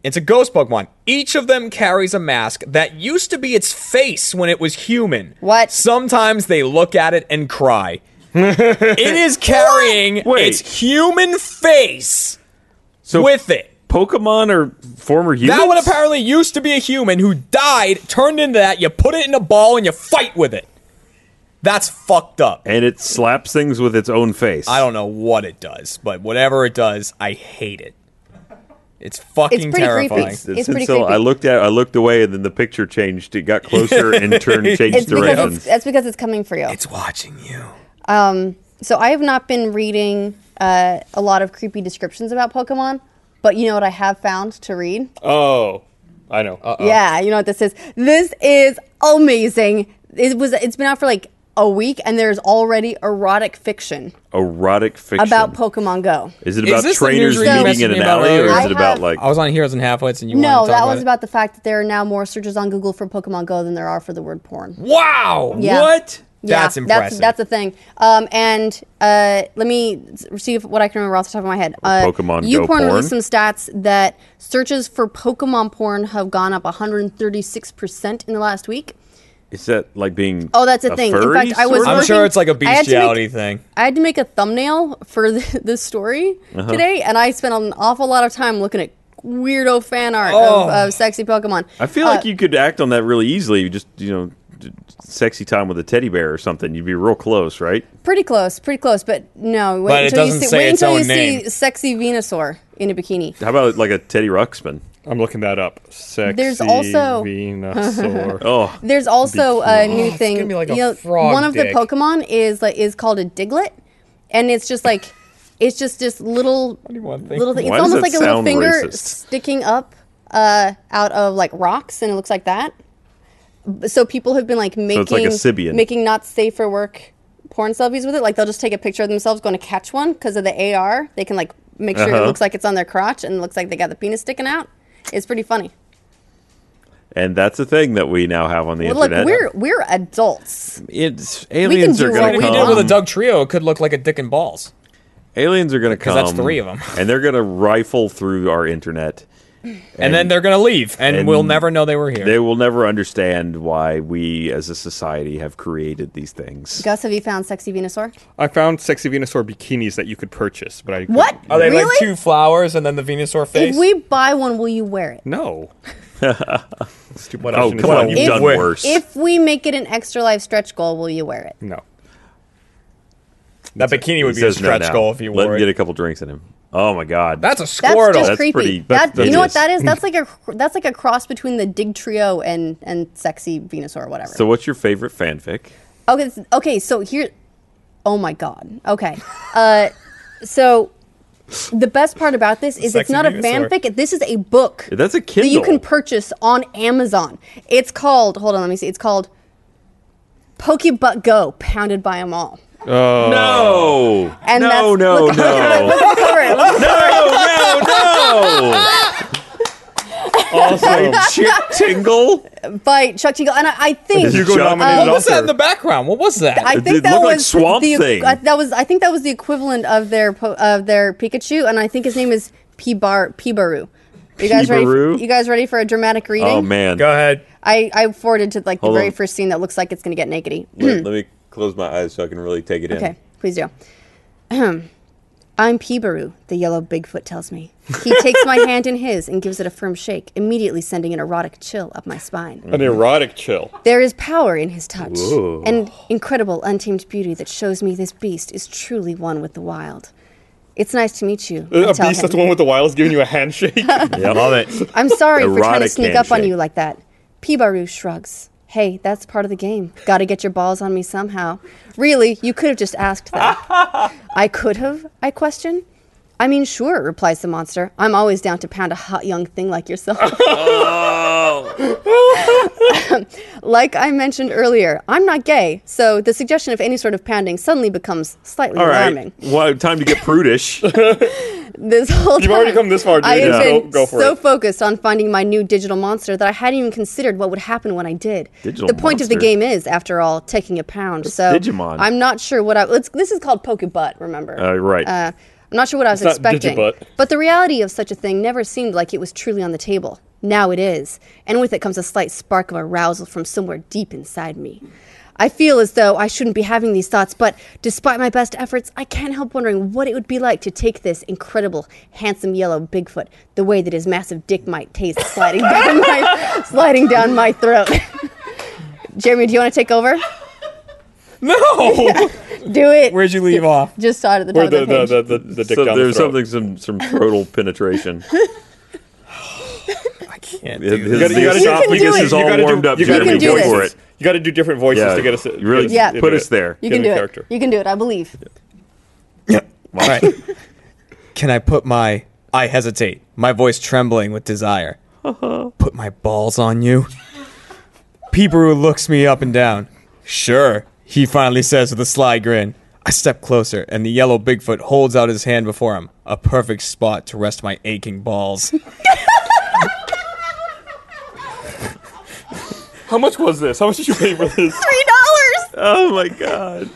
Speaker 4: It's a ghost Pokemon. Each of them carries a mask that used to be its face when it was human.
Speaker 3: What?
Speaker 4: Sometimes they look at it and cry. it is carrying
Speaker 2: What? Wait.
Speaker 4: its human face
Speaker 2: so
Speaker 4: with it.
Speaker 2: Pokemon are former humans.
Speaker 4: That one apparently used to be a human who died, turned into that. You put it in a ball and you fight with it. That's fucked up.
Speaker 2: and it slaps things with its own face.
Speaker 4: I don't know what it does, but whatever it does, I hate it. It's fucking
Speaker 3: pretty creepy.
Speaker 4: terrifying.
Speaker 3: It's pretty
Speaker 2: until
Speaker 3: creepy.
Speaker 2: I looked at, I looked away, and then the picture changed. It got closer and turned, changed
Speaker 3: it's because
Speaker 2: directions.
Speaker 3: it's, that's because it's coming for you.
Speaker 4: It's watching you.
Speaker 3: Um, so I have not been reading uh, a lot of creepy descriptions about Pokemon, but you know what I have found to read?
Speaker 1: Oh, I know.
Speaker 3: Yeah, you know what this is. This is amazing. It was. It's been out for like a week, and there's already erotic fiction
Speaker 2: Erotic fiction
Speaker 3: about Pokemon Go.
Speaker 2: Is it
Speaker 4: Is
Speaker 2: about
Speaker 4: this the
Speaker 2: trainers
Speaker 4: news you
Speaker 2: meeting in
Speaker 4: messaged
Speaker 2: an
Speaker 4: me about
Speaker 2: alley, or is
Speaker 3: earlier?
Speaker 2: it
Speaker 3: I
Speaker 2: about
Speaker 3: have-
Speaker 2: like?
Speaker 4: I was on Heroes and Halfwits, and you
Speaker 3: No,
Speaker 4: wanted to talk
Speaker 3: that was
Speaker 4: it.
Speaker 3: about the fact that there are now more searches on Google for Pokemon Go than there are for the word porn.
Speaker 4: Wow.
Speaker 3: Yeah.
Speaker 4: What?
Speaker 3: Yeah,
Speaker 4: that's impressive.
Speaker 3: That's, that's a thing. Um, and uh, let me s- see if, what I can remember off the top of my head. Uh,
Speaker 2: Pokemon Go
Speaker 3: YouPorn released some
Speaker 2: porn?
Speaker 3: stats that searches for Pokemon porn have gone up 136% in the last week.
Speaker 2: Is that like being?
Speaker 3: Oh, that's a thing. In
Speaker 2: furry
Speaker 3: fact, I was
Speaker 2: sort of?
Speaker 4: I'm sure
Speaker 3: working-
Speaker 4: it's like a
Speaker 3: I had to make-
Speaker 4: bestiality thing.
Speaker 3: I had to make a thumbnail for th- this story today, and I spent an awful lot of time looking at weirdo fan art of,
Speaker 4: Oh.
Speaker 3: of sexy Pokemon. Uh,
Speaker 2: I feel like you could act on that really easily. You just you know sexy time with a teddy bear or something, you'd be real close, right?
Speaker 3: Pretty close, pretty close, but no. Wait
Speaker 4: But it
Speaker 3: until you
Speaker 4: doesn't
Speaker 3: see,
Speaker 4: say
Speaker 3: wait
Speaker 4: its
Speaker 3: until you
Speaker 4: own name.
Speaker 3: see sexy Venusaur in a bikini.
Speaker 2: How about like a Teddy Ruxpin?
Speaker 1: I'm looking that up. Sexy
Speaker 3: There's also-
Speaker 1: Venusaur.
Speaker 2: Oh,
Speaker 3: There's also a new thing.
Speaker 5: gonna be like a
Speaker 3: you know,
Speaker 5: frog
Speaker 3: one of
Speaker 5: dick.
Speaker 3: the Pokemon is like is called a Diglett, and it's just like it's just this little little thing.
Speaker 2: Why
Speaker 3: it's
Speaker 2: does
Speaker 3: almost
Speaker 2: that
Speaker 3: like a little
Speaker 2: sound
Speaker 3: finger
Speaker 2: racist?
Speaker 3: sticking up uh, out of like rocks, and it looks like that. B- So people have been like making
Speaker 2: it's like a Sibian.
Speaker 3: making not safe for work porn selfies with it. Like they'll just take a picture of themselves going to catch one because of the AR. They can like make sure
Speaker 2: Uh-huh.
Speaker 3: it looks like it's on their crotch and looks like they got the penis sticking out. It's pretty funny.
Speaker 2: and that's a thing that we now have on the
Speaker 3: Well, look,
Speaker 2: internet.
Speaker 3: we're we're adults.
Speaker 2: it's aliens
Speaker 3: do
Speaker 2: are
Speaker 3: what
Speaker 2: going
Speaker 4: If
Speaker 2: to
Speaker 3: we
Speaker 4: you
Speaker 2: come.
Speaker 4: did it with a Doug Trio, it could look like a dick and balls.
Speaker 2: aliens are going to come.
Speaker 4: that's three of 'em.
Speaker 2: and they're going to rifle through our internet.
Speaker 4: And, then they're gonna leave, and,
Speaker 2: and
Speaker 4: we'll never know they were here.
Speaker 2: They will never understand why we, as a society, have created these things.
Speaker 3: Gus, have you found sexy Venusaur?
Speaker 1: I found sexy Venusaur bikinis that you could purchase, but I couldn't-
Speaker 3: What?
Speaker 4: Are they
Speaker 3: really?
Speaker 4: like two flowers and then the Venusaur face?
Speaker 3: if we buy one, will you wear it?
Speaker 1: No. Stupid
Speaker 5: What
Speaker 2: Oh
Speaker 1: question is
Speaker 2: come on,
Speaker 1: no.
Speaker 2: you've
Speaker 3: If-
Speaker 2: done worse.
Speaker 3: If we make it an extra life stretch goal, will you wear it?
Speaker 1: No.
Speaker 4: that bikini would
Speaker 2: He
Speaker 4: be a
Speaker 2: says no
Speaker 4: stretch
Speaker 2: now.
Speaker 4: goal if you
Speaker 2: Let him
Speaker 4: wore
Speaker 2: get
Speaker 4: it.
Speaker 2: a couple drinks in him. Oh my god,
Speaker 4: That's a
Speaker 3: That's
Speaker 4: Squirtle.
Speaker 3: just
Speaker 2: That's
Speaker 3: creepy.
Speaker 2: pretty-
Speaker 3: that,
Speaker 2: that's
Speaker 3: you know what
Speaker 2: hideous.
Speaker 3: that is? That's like a that's like a cross between the Dig Trio and and sexy Venusaur or whatever.
Speaker 2: so. What's your favorite fanfic?
Speaker 3: Okay, s- okay. So here, oh my god. Okay, uh, so the best part about this is it's
Speaker 4: Sexy
Speaker 3: not a
Speaker 4: Venusaur.
Speaker 3: fanfic. This is a book.
Speaker 2: That's a
Speaker 3: that
Speaker 2: Kindle.
Speaker 3: you can purchase on Amazon. It's called. Hold on, let me see. It's called Pokebutt Go, pounded by 'em all.
Speaker 2: no,
Speaker 3: And
Speaker 2: no,
Speaker 3: that's-
Speaker 2: no, no,
Speaker 3: look- Look at the cover. Look at the cover.
Speaker 2: no, no.
Speaker 1: Awesome.
Speaker 2: Chick tingle.
Speaker 3: by Chuck Tingle, and I, I think
Speaker 1: you go
Speaker 2: Chuck-
Speaker 3: Oh,
Speaker 1: nominated
Speaker 4: What was
Speaker 1: author.
Speaker 4: that in the background? What was that?
Speaker 3: I
Speaker 2: It
Speaker 3: think
Speaker 2: did
Speaker 3: that
Speaker 2: look like
Speaker 3: was
Speaker 2: Swamp
Speaker 3: the,
Speaker 2: Thing.
Speaker 3: uh, that was I think that was the equivalent of their po- of their Pikachu, and I think his name is Pibar Pibaru. You guys
Speaker 2: Pibaru?
Speaker 3: ready? You guys ready for a dramatic reading?
Speaker 2: Oh man,
Speaker 4: Go ahead.
Speaker 3: I, I forwarded to like the
Speaker 2: Hold
Speaker 3: very
Speaker 2: on.
Speaker 3: first scene that looks like it's going to get nakedy.
Speaker 2: let, let me close my eyes so I can really take it in.
Speaker 3: Okay, please do. I'm Pibaru, the yellow Bigfoot tells me. He takes my hand in his and gives it a firm shake, immediately sending an erotic chill up my spine.
Speaker 1: An erotic chill.
Speaker 3: There is power in his touch,
Speaker 2: Whoa.
Speaker 3: an incredible untamed beauty that shows me this beast is truly one with the wild. It's nice to meet you. I
Speaker 1: Uh, A
Speaker 3: tell
Speaker 1: beast
Speaker 3: him.
Speaker 1: that's the one with the wild is giving you a handshake.
Speaker 2: Yeah, love it.
Speaker 3: I'm sorry for trying to
Speaker 2: Erotic
Speaker 3: sneak up on
Speaker 2: handshake.
Speaker 3: you like that. Pibaru shrugs. Hey, that's part of the game. Gotta get your balls on me somehow. Really, you could have just asked that. I could have, I question. I mean, sure, replies the monster. I'm always down to pound a hot young thing like yourself. like I mentioned earlier, I'm not gay, so the suggestion of any sort of pounding suddenly becomes slightly
Speaker 2: All right,
Speaker 3: alarming.
Speaker 2: well, time to get prudish.
Speaker 3: This whole
Speaker 1: You've already
Speaker 3: time,
Speaker 1: come this far, dude.
Speaker 3: I had
Speaker 1: Yeah.
Speaker 3: been
Speaker 1: Go- go for
Speaker 3: so
Speaker 1: it.
Speaker 3: focused on finding my new digital monster that I hadn't even considered what would happen when I did.
Speaker 2: Digital
Speaker 3: the point of the
Speaker 2: monster?
Speaker 3: game is, after all, taking a pound. So
Speaker 2: Digimon.
Speaker 3: I'm not sure what I. Let's, this is called Pokebutt. Remember?
Speaker 2: Uh, right.
Speaker 3: Uh, I'm not sure what I was
Speaker 1: not
Speaker 3: expecting.
Speaker 1: Digibutt.
Speaker 3: But the reality of such a thing never seemed like it was truly on the table. Now it is, and with it comes a slight spark of arousal from somewhere deep inside me. I feel as though I shouldn't be having these thoughts, but despite my best efforts, I can't help wondering what it would be like to take this incredible, handsome yellow Bigfoot the way that his massive dick might taste sliding down my, sliding down my throat. Jeremy, do you want to take over?
Speaker 4: No.
Speaker 3: Do it.
Speaker 4: Where'd you leave off?
Speaker 3: Just saw it at the top
Speaker 1: Where
Speaker 3: of the,
Speaker 1: the, the,
Speaker 3: page.
Speaker 1: the, the, the dick
Speaker 2: so
Speaker 1: down
Speaker 2: there's
Speaker 1: the throat.
Speaker 2: something, some some throatal penetration.
Speaker 4: I can't.
Speaker 2: His,
Speaker 4: do
Speaker 2: his,
Speaker 4: this.
Speaker 1: You gotta
Speaker 3: You
Speaker 1: stop
Speaker 3: can
Speaker 1: because
Speaker 3: do
Speaker 1: it's
Speaker 3: it.
Speaker 1: all
Speaker 2: You gotta
Speaker 1: warmed
Speaker 2: do-
Speaker 1: up.
Speaker 2: you
Speaker 3: gotta
Speaker 1: Jeremy.
Speaker 3: do
Speaker 1: Go
Speaker 3: this.
Speaker 1: for it. You got to do different voices
Speaker 2: Yeah.
Speaker 1: to get us. to-
Speaker 2: You really
Speaker 1: get
Speaker 3: Yeah.
Speaker 2: put us there.
Speaker 3: you
Speaker 1: Get
Speaker 3: can
Speaker 1: in
Speaker 3: do
Speaker 1: character.
Speaker 3: it. You can do it. I believe.
Speaker 4: All right. Can I put my? I hesitate, my voice trembling with desire. Put my balls on you. Peeperoo looks me up and down. Sure, he finally says with a sly grin. I step closer, and the yellow Bigfoot holds out his hand before him, a perfect spot to rest my aching balls.
Speaker 1: How much was this? How much did you pay for this?
Speaker 3: Three dollars.
Speaker 2: Oh my god!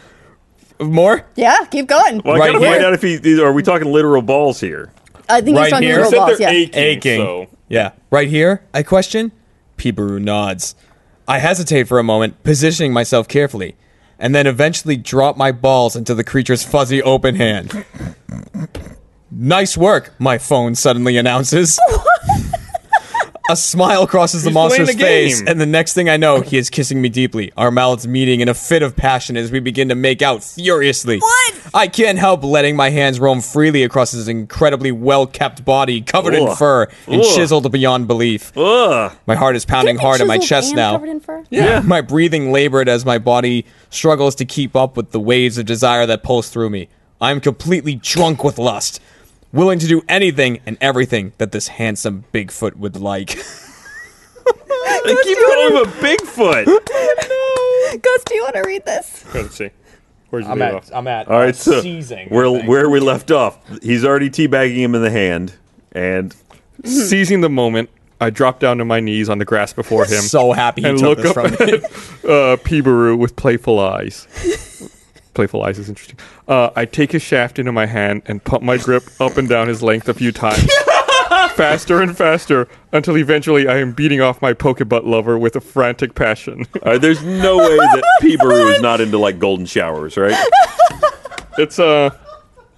Speaker 4: More?
Speaker 3: Yeah, keep going.
Speaker 2: Well, I
Speaker 4: Right
Speaker 2: gotta find
Speaker 4: here.
Speaker 2: out if he these- are we talking literal balls here.
Speaker 3: I think
Speaker 4: Right
Speaker 3: he's talking
Speaker 4: here.
Speaker 3: little
Speaker 4: You said
Speaker 3: balls. Yeah.
Speaker 4: aching.
Speaker 1: so-
Speaker 4: Yeah. Right here, I question. Peeperoo nods. I hesitate for a moment, positioning myself carefully, and then eventually drop my balls into the creature's fuzzy open hand. nice work, my phone suddenly announces. a smile crosses the
Speaker 1: He's playing
Speaker 4: monster's
Speaker 1: the
Speaker 4: face,
Speaker 1: game.
Speaker 4: and the next thing I know, he is kissing me deeply. Our mouths meeting in a fit of passion as we begin to make out furiously.
Speaker 3: What?
Speaker 4: I can't help letting my hands roam freely across his incredibly well kept body, covered in
Speaker 2: Ugh.
Speaker 4: fur and
Speaker 2: Ugh.
Speaker 4: chiseled beyond belief.
Speaker 2: Ugh.
Speaker 4: My heart is pounding hard in my chest now.
Speaker 3: Covered in fur?
Speaker 4: Yeah. My breathing labored as my body struggles to keep up with the waves of desire that pulse through me. I'm completely drunk with lust, willing to do anything and everything that this handsome Bigfoot would like.
Speaker 2: They keep calling him a Bigfoot.
Speaker 3: Gus, do you want to read this?
Speaker 1: Let's see. Where's the
Speaker 4: I'm
Speaker 1: leave
Speaker 4: at.
Speaker 1: off?
Speaker 4: I'm at.
Speaker 2: All right, so
Speaker 4: seizing. I
Speaker 2: where
Speaker 4: think.
Speaker 2: where we left off, he's already teabagging him in the hand, and
Speaker 1: Seizing the moment, I drop down to my knees on the grass before him.
Speaker 4: so happy you
Speaker 1: and look
Speaker 4: took this
Speaker 1: up
Speaker 4: from
Speaker 1: at
Speaker 4: me.
Speaker 1: uh, Peebaroo with playful eyes. playful eyes is interesting. Uh, I take his shaft into my hand and pump my grip up and down his length a few times, faster and faster, until eventually I am beating off my pokebutt lover with a frantic passion.
Speaker 2: uh, there's no way that Peebaroo is not into like golden showers, right?
Speaker 1: it's uh,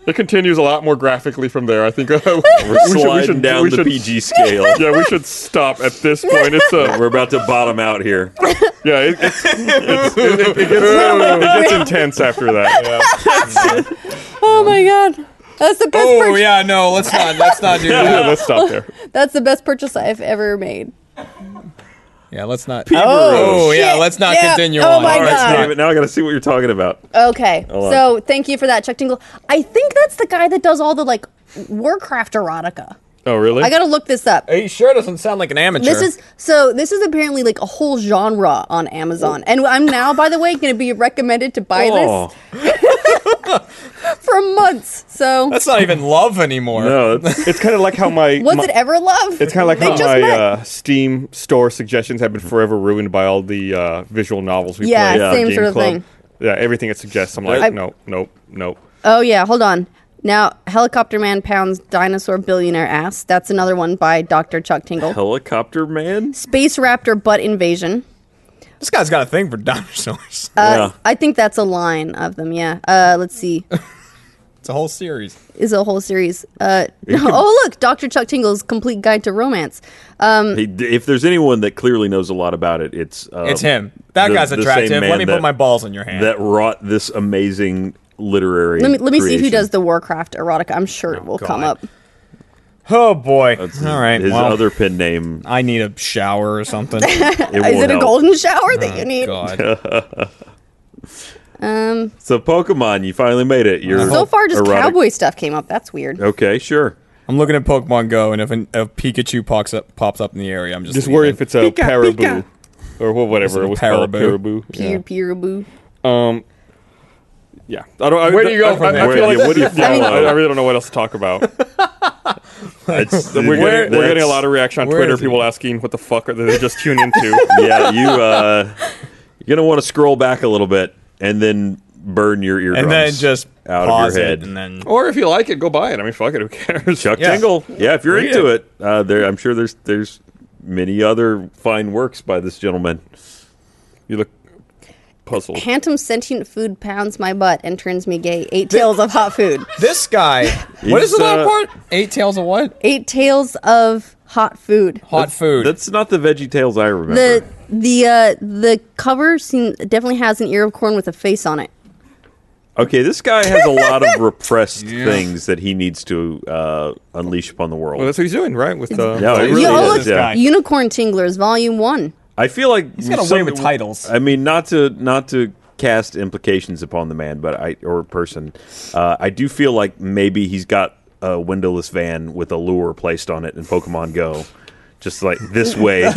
Speaker 1: it continues a lot more graphically from there. I think uh,
Speaker 2: We're sliding down the PG scale.
Speaker 1: Yeah, we should stop at this point. It's uh,
Speaker 2: We're about to bottom out here.
Speaker 1: yeah, it, it's, it's, it, it, it gets, it gets intense after that.
Speaker 3: Oh my god. That's the best
Speaker 4: oh
Speaker 3: purchase.
Speaker 4: yeah, no, let's not. Let's not do
Speaker 1: Yeah,
Speaker 4: that.
Speaker 1: let's stop there.
Speaker 3: That's the best purchase I've ever made.
Speaker 4: Yeah, let's not.
Speaker 2: Oh,
Speaker 4: Oh yeah,
Speaker 3: shit.
Speaker 4: let's not
Speaker 3: Yeah.
Speaker 4: continue
Speaker 3: Oh
Speaker 4: on.
Speaker 3: my
Speaker 2: All right,
Speaker 3: God.
Speaker 2: damn it, now I got to see what you're talking about.
Speaker 3: Okay.
Speaker 2: Hold on.
Speaker 3: So thank you for that, Chuck Tingle. I think that's the guy that does all the like Warcraft erotica.
Speaker 1: Oh really?
Speaker 3: I gotta look this up.
Speaker 4: He sure doesn't sound like an amateur.
Speaker 3: This is so. This is apparently like a whole genre on Amazon, and I'm now, by the way, going to be recommended to buy
Speaker 2: Oh,
Speaker 3: this for months. So
Speaker 4: That's not even love anymore.
Speaker 2: no, that's-
Speaker 1: it's kind of like how my
Speaker 3: was
Speaker 1: my-
Speaker 3: it ever love?
Speaker 1: It's kind of like
Speaker 3: they
Speaker 1: how
Speaker 3: just
Speaker 1: my
Speaker 3: met.
Speaker 1: uh, Steam store suggestions have been forever ruined by all the uh, visual novels we
Speaker 3: Yeah,
Speaker 1: play. at
Speaker 3: same
Speaker 1: Game
Speaker 3: sort of
Speaker 1: Club.
Speaker 3: thing.
Speaker 1: Yeah, everything it suggests, I'm like,
Speaker 2: I-
Speaker 1: nope, nope, nope.
Speaker 3: oh yeah, hold on. Now, helicopter man pounds dinosaur billionaire ass. That's another one by Dr. Chuck Tingle.
Speaker 2: helicopter man.
Speaker 3: Space raptor butt invasion.
Speaker 4: This guy's got a thing for dinosaurs.
Speaker 3: Uh, I think that's a line of them. Yeah. Uh, let's see.
Speaker 4: it's a whole series.
Speaker 3: Is a whole series. Uh, oh look, Dr. Chuck Tingle's complete guide to romance. um,
Speaker 2: yeah. He- if there's anyone that clearly knows a lot about it, it's uh,
Speaker 4: It's him. That
Speaker 2: the-
Speaker 4: guy's
Speaker 2: the same
Speaker 4: attractive. Let
Speaker 2: man
Speaker 4: me
Speaker 2: that-
Speaker 4: put my balls in your hand.
Speaker 2: that wrought this amazing literary.
Speaker 3: Let me let me see who
Speaker 2: creation.
Speaker 3: does the Warcraft erotica. I'm sure it will come
Speaker 4: God.
Speaker 3: up.
Speaker 4: oh boy!
Speaker 2: That's his-
Speaker 4: All right.
Speaker 2: His
Speaker 4: well,
Speaker 2: other pen name.
Speaker 4: I need a shower or something.
Speaker 2: It
Speaker 3: Is
Speaker 2: won't
Speaker 3: it a
Speaker 2: help.
Speaker 3: golden shower that you need?
Speaker 4: God.
Speaker 3: Um,
Speaker 2: So Pokemon, you finally made it. You're
Speaker 3: so far, just
Speaker 2: Oh, erotic.
Speaker 3: cowboy stuff came up. That's weird.
Speaker 2: Okay, sure.
Speaker 4: I'm looking at Pokemon Go, and if an, if Pikachu pops up pops up in the area, I'm just
Speaker 1: Just
Speaker 4: leaving.
Speaker 1: worry if it's a
Speaker 4: Pika,
Speaker 1: paraboo
Speaker 4: Pika.
Speaker 1: or wha- whatever
Speaker 4: it
Speaker 1: it
Speaker 4: a
Speaker 1: was called.
Speaker 4: paraboo?
Speaker 1: Paraboo. Yeah.
Speaker 3: Peer, peer, boo.
Speaker 1: Um, yeah, I don't. I,
Speaker 4: Where do you go
Speaker 1: I,
Speaker 4: from
Speaker 1: I,
Speaker 4: there?
Speaker 1: I feel like
Speaker 2: Yeah, what do you
Speaker 1: yeah,
Speaker 2: follow?
Speaker 1: I, I really don't know what else to talk about.
Speaker 2: It's-
Speaker 1: we're, getting, we're
Speaker 2: that's-
Speaker 1: getting a lot of reaction on
Speaker 4: where
Speaker 1: Twitter.
Speaker 4: is it?
Speaker 1: People asking what the fuck are they just tune into.
Speaker 2: yeah, you uh, you're gonna want to scroll back a little bit and then burn your eardrums
Speaker 4: and then just
Speaker 2: out
Speaker 4: pause
Speaker 2: of your head.
Speaker 4: it, and then
Speaker 1: or if you like it, go buy it. I mean, fuck it, who cares?
Speaker 2: Chuck
Speaker 4: Yeah.
Speaker 2: Tingle. Yeah, if you're
Speaker 4: Read
Speaker 2: into it, uh, there I'm sure there's there's many other fine works by this gentleman.
Speaker 1: you look puzzled.
Speaker 3: Handsome sentient food pounds my butt and turns me gay. Eight tails of hot food.
Speaker 4: this guy. what is the
Speaker 2: He's,
Speaker 4: last
Speaker 2: uh,
Speaker 4: part? Eight tails of what?
Speaker 3: Eight tails of hot food.
Speaker 4: Hot food.
Speaker 2: That's not the Veggie Tales I remember.
Speaker 3: The the uh, the cover seem, definitely has an ear of corn with a face on it.
Speaker 2: okay, this guy has a lot of repressed things that he needs to uh, unleash upon the world.
Speaker 1: Well, that's what he's doing, right? With uh,
Speaker 2: yeah, it
Speaker 3: You-
Speaker 2: really
Speaker 3: oh,
Speaker 2: is.
Speaker 3: look,
Speaker 2: Yeah.
Speaker 3: Unicorn Tinglers, Volume One.
Speaker 2: I feel like he's
Speaker 4: got a way with titles.
Speaker 2: I mean, not to not to cast implications upon the man, but I or person, uh, I do feel like maybe he's got a windowless van with a lure placed on it in Pokemon Go, just like this way.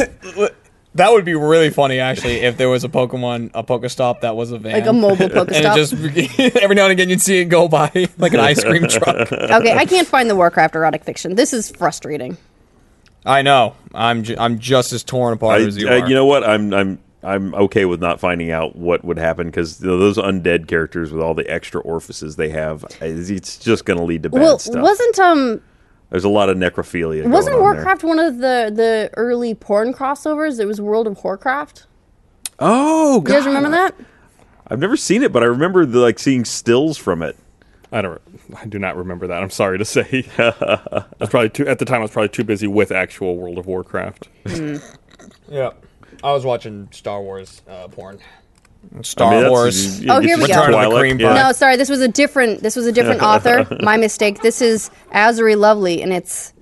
Speaker 4: that would be really funny actually if there was a Pokemon a Pokestop that was a van,
Speaker 3: Like a mobile
Speaker 4: and
Speaker 3: Pokestop.
Speaker 4: it just every now and again you'd see it go by like an ice cream truck.
Speaker 3: okay, I can't find the Warcraft erotic fiction. This is frustrating.
Speaker 4: I know. I'm ju- I'm just as torn apart
Speaker 2: I,
Speaker 4: as you
Speaker 2: I-
Speaker 4: are.
Speaker 2: you know what? I'm I'm I'm okay with not finding out what would happen because those undead characters with all the extra orifices they have, it's it's just going to lead to bad
Speaker 3: well,
Speaker 2: stuff.
Speaker 3: wasn't um
Speaker 2: There's a lot of necrophilia. going
Speaker 3: wasn't
Speaker 2: on there.
Speaker 3: Warcraft one of the the early porn crossovers? It was World of Warcraft.
Speaker 2: Oh,
Speaker 3: You
Speaker 2: God. Oh,
Speaker 3: guys remember that?
Speaker 2: I've never seen it, but I remember the, like seeing stills from it.
Speaker 1: I don't. I do not remember that. I'm sorry to say. I was probably too, at the time. I was probably too busy with actual World of Warcraft.
Speaker 5: Yeah. I was watching Star Wars uh, porn.
Speaker 4: Star
Speaker 2: I mean, that's-
Speaker 4: Wars.
Speaker 2: you- you
Speaker 3: Oh,
Speaker 2: get
Speaker 3: here we
Speaker 2: your
Speaker 3: go. Return
Speaker 4: of the
Speaker 2: Twi'lek,
Speaker 4: Green
Speaker 2: yeah.
Speaker 4: Knight.
Speaker 3: No, sorry. This was a different. This was a different author. My mistake. This is Azuri Lovely, and it's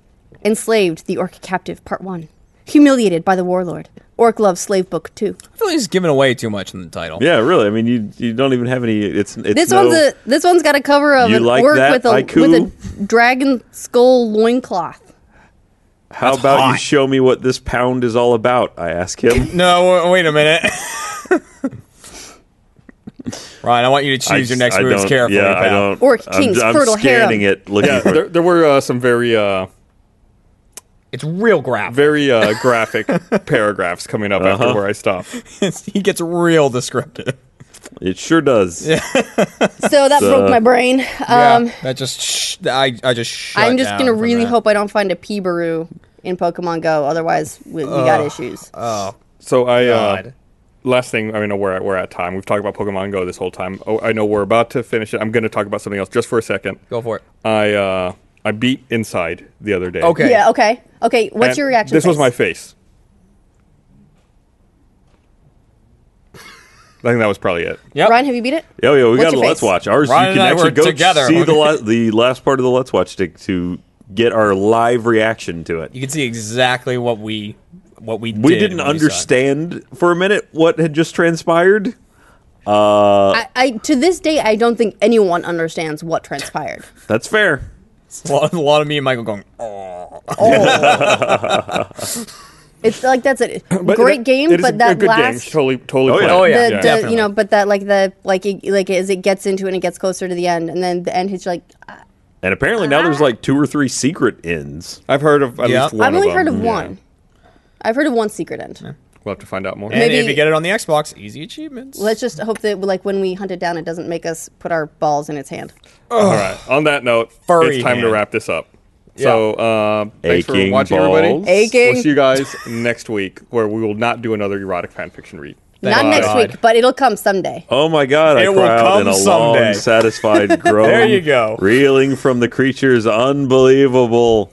Speaker 3: enslaved the orc captive, part one. Humiliated by the warlord. Orc Love Slave Book two.
Speaker 4: I feel like he's giving away too much in the title.
Speaker 2: Yeah, really. I mean, you you don't even have any. It's it's
Speaker 3: This
Speaker 2: no,
Speaker 3: one's a. This one's got a cover of
Speaker 2: You
Speaker 3: an
Speaker 2: like
Speaker 3: orc
Speaker 2: that,
Speaker 3: with a
Speaker 2: Haiku?
Speaker 3: with a dragon skull loincloth.
Speaker 2: How about you
Speaker 4: hot.
Speaker 2: show me what this pound is all about? I ask him.
Speaker 4: No, w- wait a minute. Ryan, I want you to choose
Speaker 2: I
Speaker 4: your next
Speaker 2: I
Speaker 4: moves
Speaker 2: don't-
Speaker 4: carefully.
Speaker 2: Yeah,
Speaker 4: pal.
Speaker 2: I don't.
Speaker 3: Orc,
Speaker 2: I'm-
Speaker 3: kings,
Speaker 2: I'm,
Speaker 3: fertile harem.
Speaker 2: scanning it, looking
Speaker 1: Yeah,
Speaker 2: for.
Speaker 1: there, there were uh, some very, uh,
Speaker 5: It's real graphic.
Speaker 1: very uh, graphic paragraphs coming up after where I stopped.
Speaker 4: he gets real descriptive.
Speaker 2: It sure does.
Speaker 3: So that broke my brain. Um,
Speaker 4: yeah, that just sh- I I just shut
Speaker 3: I'm just
Speaker 4: down
Speaker 3: gonna
Speaker 4: from
Speaker 3: really
Speaker 4: that.
Speaker 3: hope I don't find a Peebaroo in Pokemon Go. Otherwise, we, we got issues.
Speaker 4: Oh,
Speaker 1: So I uh,
Speaker 5: God.
Speaker 1: last thing I mean we're at we're at time. We've talked about Pokemon Go this whole time. Oh, I know we're about to finish it. I'm going to talk about something else just for a second.
Speaker 4: Go for it.
Speaker 1: I uh, I beat Inside the other day.
Speaker 4: Okay.
Speaker 3: Yeah. Okay. Okay. What's
Speaker 1: And
Speaker 3: your reaction?
Speaker 1: This was
Speaker 3: face?
Speaker 1: my face. I think that was probably it.
Speaker 4: Yep.
Speaker 3: Ryan, have you beat it?
Speaker 2: Yo, yo, we
Speaker 3: What's
Speaker 2: got a
Speaker 3: your
Speaker 2: Let's
Speaker 3: face?
Speaker 2: Watch. Ours,
Speaker 4: Ryan
Speaker 2: you can
Speaker 4: and I
Speaker 2: actually
Speaker 4: were
Speaker 2: go
Speaker 4: together.
Speaker 2: see the la- the last part of the Let's Watch to, to get our live reaction to it.
Speaker 4: You can see exactly what we what we
Speaker 2: We
Speaker 4: did
Speaker 2: didn't
Speaker 4: when we saw it.
Speaker 2: understand for a minute what had just transpired. Uh,
Speaker 3: I, I to this day I don't think anyone understands what transpired.
Speaker 2: that's fair.
Speaker 4: It's a lot, a lot of me and Michael going. Oh.
Speaker 3: Oh. It's like that's a great
Speaker 1: it-
Speaker 3: game,
Speaker 1: it is
Speaker 3: but
Speaker 1: a,
Speaker 3: that
Speaker 1: a good game.
Speaker 3: last
Speaker 1: Totally, totally.
Speaker 2: Oh, yeah.
Speaker 1: play it.
Speaker 4: Oh, yeah.
Speaker 3: the, the you know, but that like the like it, like as it gets into it and it gets closer to the end, and then the end hits you like
Speaker 2: And apparently now there's like two or three secret ends.
Speaker 1: I've heard of at
Speaker 4: Yeah.
Speaker 1: least one.
Speaker 3: I've only
Speaker 1: of
Speaker 3: heard
Speaker 1: them.
Speaker 3: of one. I've heard of one secret end.
Speaker 1: We'll have to find out more.
Speaker 4: And if
Speaker 3: Maybe-
Speaker 4: you get it on the Xbox, easy achievements.
Speaker 3: Let's just hope that like when we hunt it down, it doesn't make us put our balls in its hand.
Speaker 1: All right. On that note,
Speaker 4: Furry
Speaker 1: it's time to
Speaker 4: hand.
Speaker 1: wrap this up. So, uh, thanks for
Speaker 2: Aching
Speaker 1: watching,
Speaker 2: balls.
Speaker 1: everybody.
Speaker 3: Aching.
Speaker 1: We'll see you guys next week, where we will not do another erotic fanfiction read.
Speaker 3: Not
Speaker 4: God.
Speaker 3: next week, but it'll come someday.
Speaker 2: Oh my god, I
Speaker 4: It will
Speaker 2: cried in
Speaker 4: come
Speaker 2: a
Speaker 4: someday.
Speaker 2: long, satisfied groan.
Speaker 4: There you go.
Speaker 2: Reeling from the creature's unbelievable